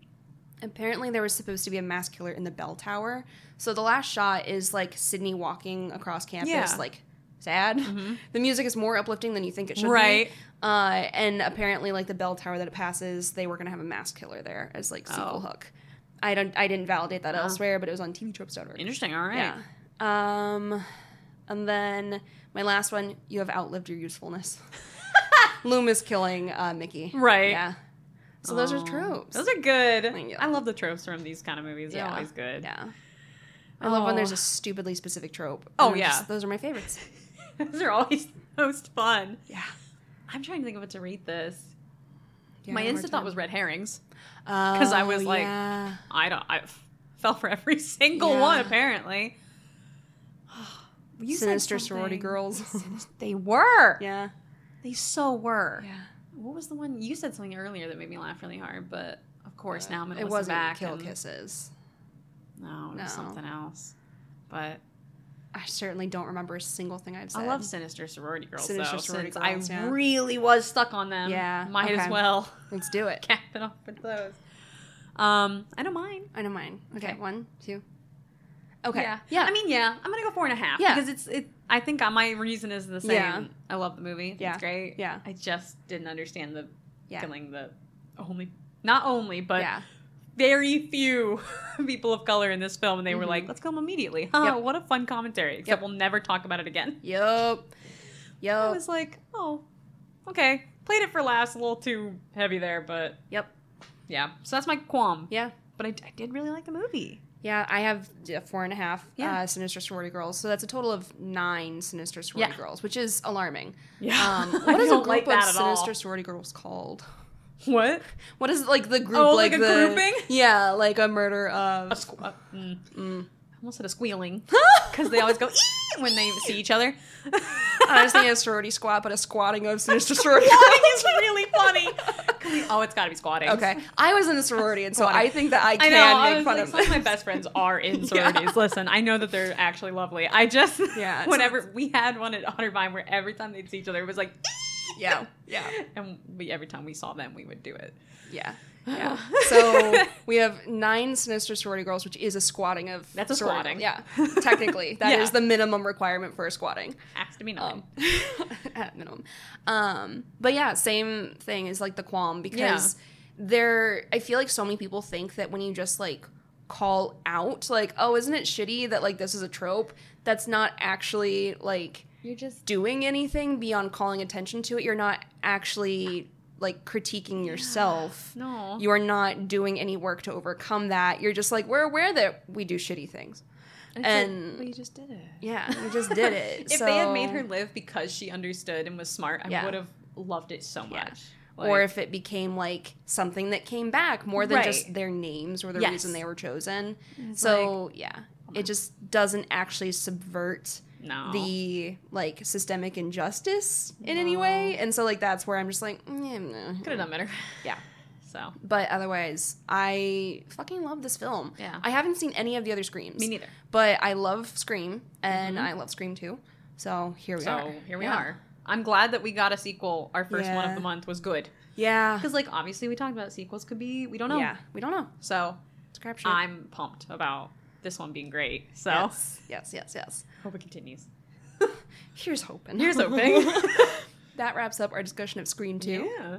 Apparently, there was supposed to be a mass killer in the bell tower. So the last shot is like Sydney walking across campus,
Yeah. Mm-hmm.
like sad. The music is more uplifting than you think it should be.
Right.
Uh, and apparently, like the bell tower that it passes, they were gonna have a mass killer there as like sequel
Oh.
hook. I don't, I didn't validate that
Oh.
elsewhere, but it was on TVTropes.org.
Interesting. All right.
Yeah. Um, and then my last one, you have outlived your usefulness. Loom is killing uh, Mickey.
Right.
Yeah. So those are
Oh.
tropes.
Those are good.
Thank you.
I love the tropes from these kind of movies. They're
Yeah.
always good.
Yeah. I love when
Oh.
there's a stupidly specific trope.
Oh,
And I just-
yeah.
those are my favorites.
Those are always the most fun.
Yeah.
I'm trying to think of what to read this.
Yeah, Oh,
My
one more
instant thought
time.
was red herrings.
because
I was like- I don't. I f- fell for every single
Yeah.
one. Apparently. You said
Sinister sorority
something.
girls.
Sinis- they were.
yeah,
They so were.
yeah.
What was the one you said something earlier that made me laugh really hard? But of course, now I'm
Uh, it
gonna
wasn't
listen back.
kill
and-
kisses.
No, it was
No.
something else. But
I certainly don't remember a single thing I've said.
I love Sinister Sorority Girls.
Sinister
though,
Sorority
since I
Girls, yeah.
really was stuck on them.
Yeah,
might
okay.
as well
Let's do it.
cap it off with those. Um, I don't mind.
I know mine. Okay,
Okay.
one, two. Okay.
Yeah.
Yeah. Yeah.
I mean, yeah, I'm gonna go four and a half.
Yeah.
because it's it. I think uh, my reason is the same.
Yeah.
I love the movie.
Yeah.
It's great.
Yeah.
I just didn't understand the
Yeah.
killing the only, not only, but very few people of color in this film, and they were
Mhm.
like, "Let's kill them immediately." Huh,
Yep.
What a fun commentary!
Yep.
Except we'll never talk about it again.
Yup.
I
Yup.
was like, "Oh, okay." Played it for laughs, a little too heavy there, but
Yep.
yeah. So that's my qualm.
Yeah.
But I, I did really like the movie.
Yeah, I have yeah, four and a half
Yeah.
uh, Sinister Sorority Girls. So that's a total of nine Sinister Sorority
Yeah.
Girls, which is alarming.
Yeah.
Um,
I
what is a
don't
group
like
of
that at all.
Sinister Sorority Girls called?
What?
What is like the group?
Oh,
like,
like a
the,
grouping?
Yeah, like a murder
A
of.
squ- uh, mm,
Mm.
I almost said a squealing because they always go "Ee!" when they see each other.
I was thinking a sorority squad, but a squatting of Sinister Sorority Girls.
squatting is really funny. Can we- Oh, it's got to be squatting.
Okay, I was in a sorority, and so
Squatting.
I think that I
I
can
know. I
make
was
fun
like,
of
some of
this.
my best friends are in sororities.
Yeah.
Listen, I know that they're actually lovely. I just
Yeah, it
whenever we had one at Otterbein where every time they'd see each other, it was like
Yeah. Yeah.
and we every time we saw them, we would do it.
Yeah. Yeah. So we have nine Sinister Sorority Girls, which is a squatting of.
That's a
sorority-
squatting.
Yeah. Technically, that is
Yeah.
the minimum requirement for a squatting.
Has to be nine.
Um, at minimum. Um, but yeah, same thing is like the qualm because there, I feel like so many people think that when you just like call out, like, oh, isn't it shitty that like this is a trope? That's not actually like
You're just
doing anything beyond calling attention to it. You're not actually like critiquing yourself.
no.
You are not doing any work to overcome that. You're just like, we're aware that we do shitty things.
It's
and-
like, well, you just did it.
Yeah, we just did it.
if they had
So-
made her live because she understood and was smart, I
Yeah.
would have loved it so much.
Yeah.
Like,
or if it became like something that came back more than just
Right.
their names or the
Yes.
reason they were chosen. so yeah, it just doesn't actually subvert
no.
the like systemic injustice in any way. And so like that's where I'm just like, mm, yeah,
could have done better.
Yeah.
So
But otherwise, I fucking love this film.
Yeah.
I haven't seen any of the other screams.
me neither.
But I love Scream and
Mhm.
I love Scream too. Mm-hmm. So here we
so
are.
here we
Yeah.
are. I'm glad that we got a sequel. Our first one
Yeah.
of the month was good
Yeah.
because, like, obviously we talked about sequels could be we don't know.
Yeah. We don't know.
So
It's crap shoot.
I'm pumped about this one being great. So
Yes. Yes, yes, yes.
hope it continues.
Here's hoping.
Here's hoping.
that wraps up our discussion of Scream 2.
yeah.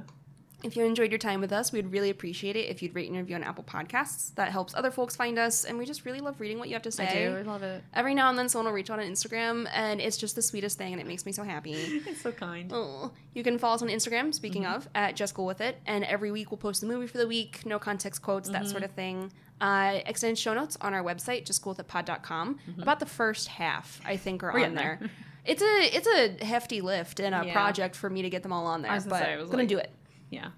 If you enjoyed your time with us, we'd really appreciate it if you'd rate and review on Apple Podcasts. That helps other folks find us, and we just really love reading what you have to say.
love it.
Every now and then, someone will reach out on Instagram, and it's just the sweetest thing, and it makes me so happy.
It's so kind.
Oh, you can follow us on Instagram, speaking
Mm-hmm.
of, at Just Cool With It, and every week we'll post the movie for the week, no context quotes, that
Mm-hmm.
sort of thing. Uh, extended show notes on our website, justcoolwithitpod.com. About the first half, I think, are
Mm-hmm. We're
on
getting
there.
there.
It's a it's a hefty lift and a
Yeah.
project for me to get them all on there,
I was gonna
but
say, I was
I'm gonna
like-
do it.
Yeah.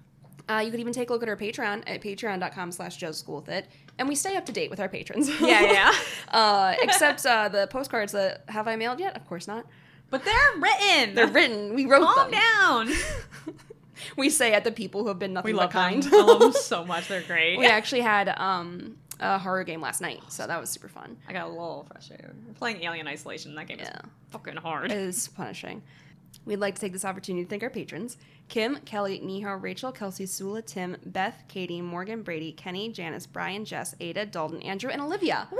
Uh, you could even take a look at our Patreon at patreon.com slash Joe's School With It. And we stay up to date with our patrons.
Yeah, yeah.
uh, except uh, the postcards that have I mailed yet? Of course not.
But they're written.
They're written. We wrote
Calm
them.
down.
We say at the people who have been nothing
We
but
love
kind.
kind. I love them so much. They're great.
we actually had um, a horror game last night, so that was super fun.
I got a little frustrated. Playing Alien Isolation, that game
Yeah.
is fucking hard.
It is punishing. We'd like to take this opportunity to thank our patrons Kim, Kelly, Neha, Rachel, Kelsey, Sula, Tim, Beth, Katie, Morgan, Brady, Kenny, Janice, Brian, Jess, Ada, Dalton, Andrew, and Olivia. Woo!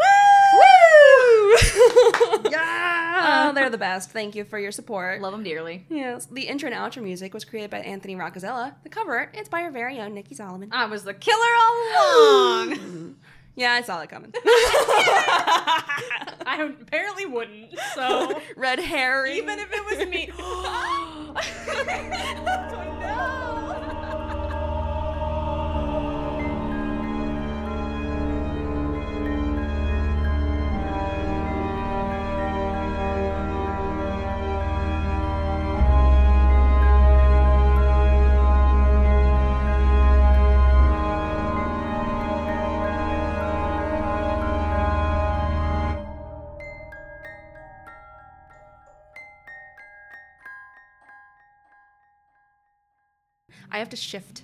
yeah.
Oh, they're the best. Thank you for your support.
love them dearly.
Yes. The intro and outro music was created by Anthony Roccazella. The cover art is by our very own Nikki Solomon.
I was the killer all along.
Yeah, I saw that coming.
I don't- apparently wouldn't. So
Red hair. and-
even if it was me. oh, no.
I have to shift.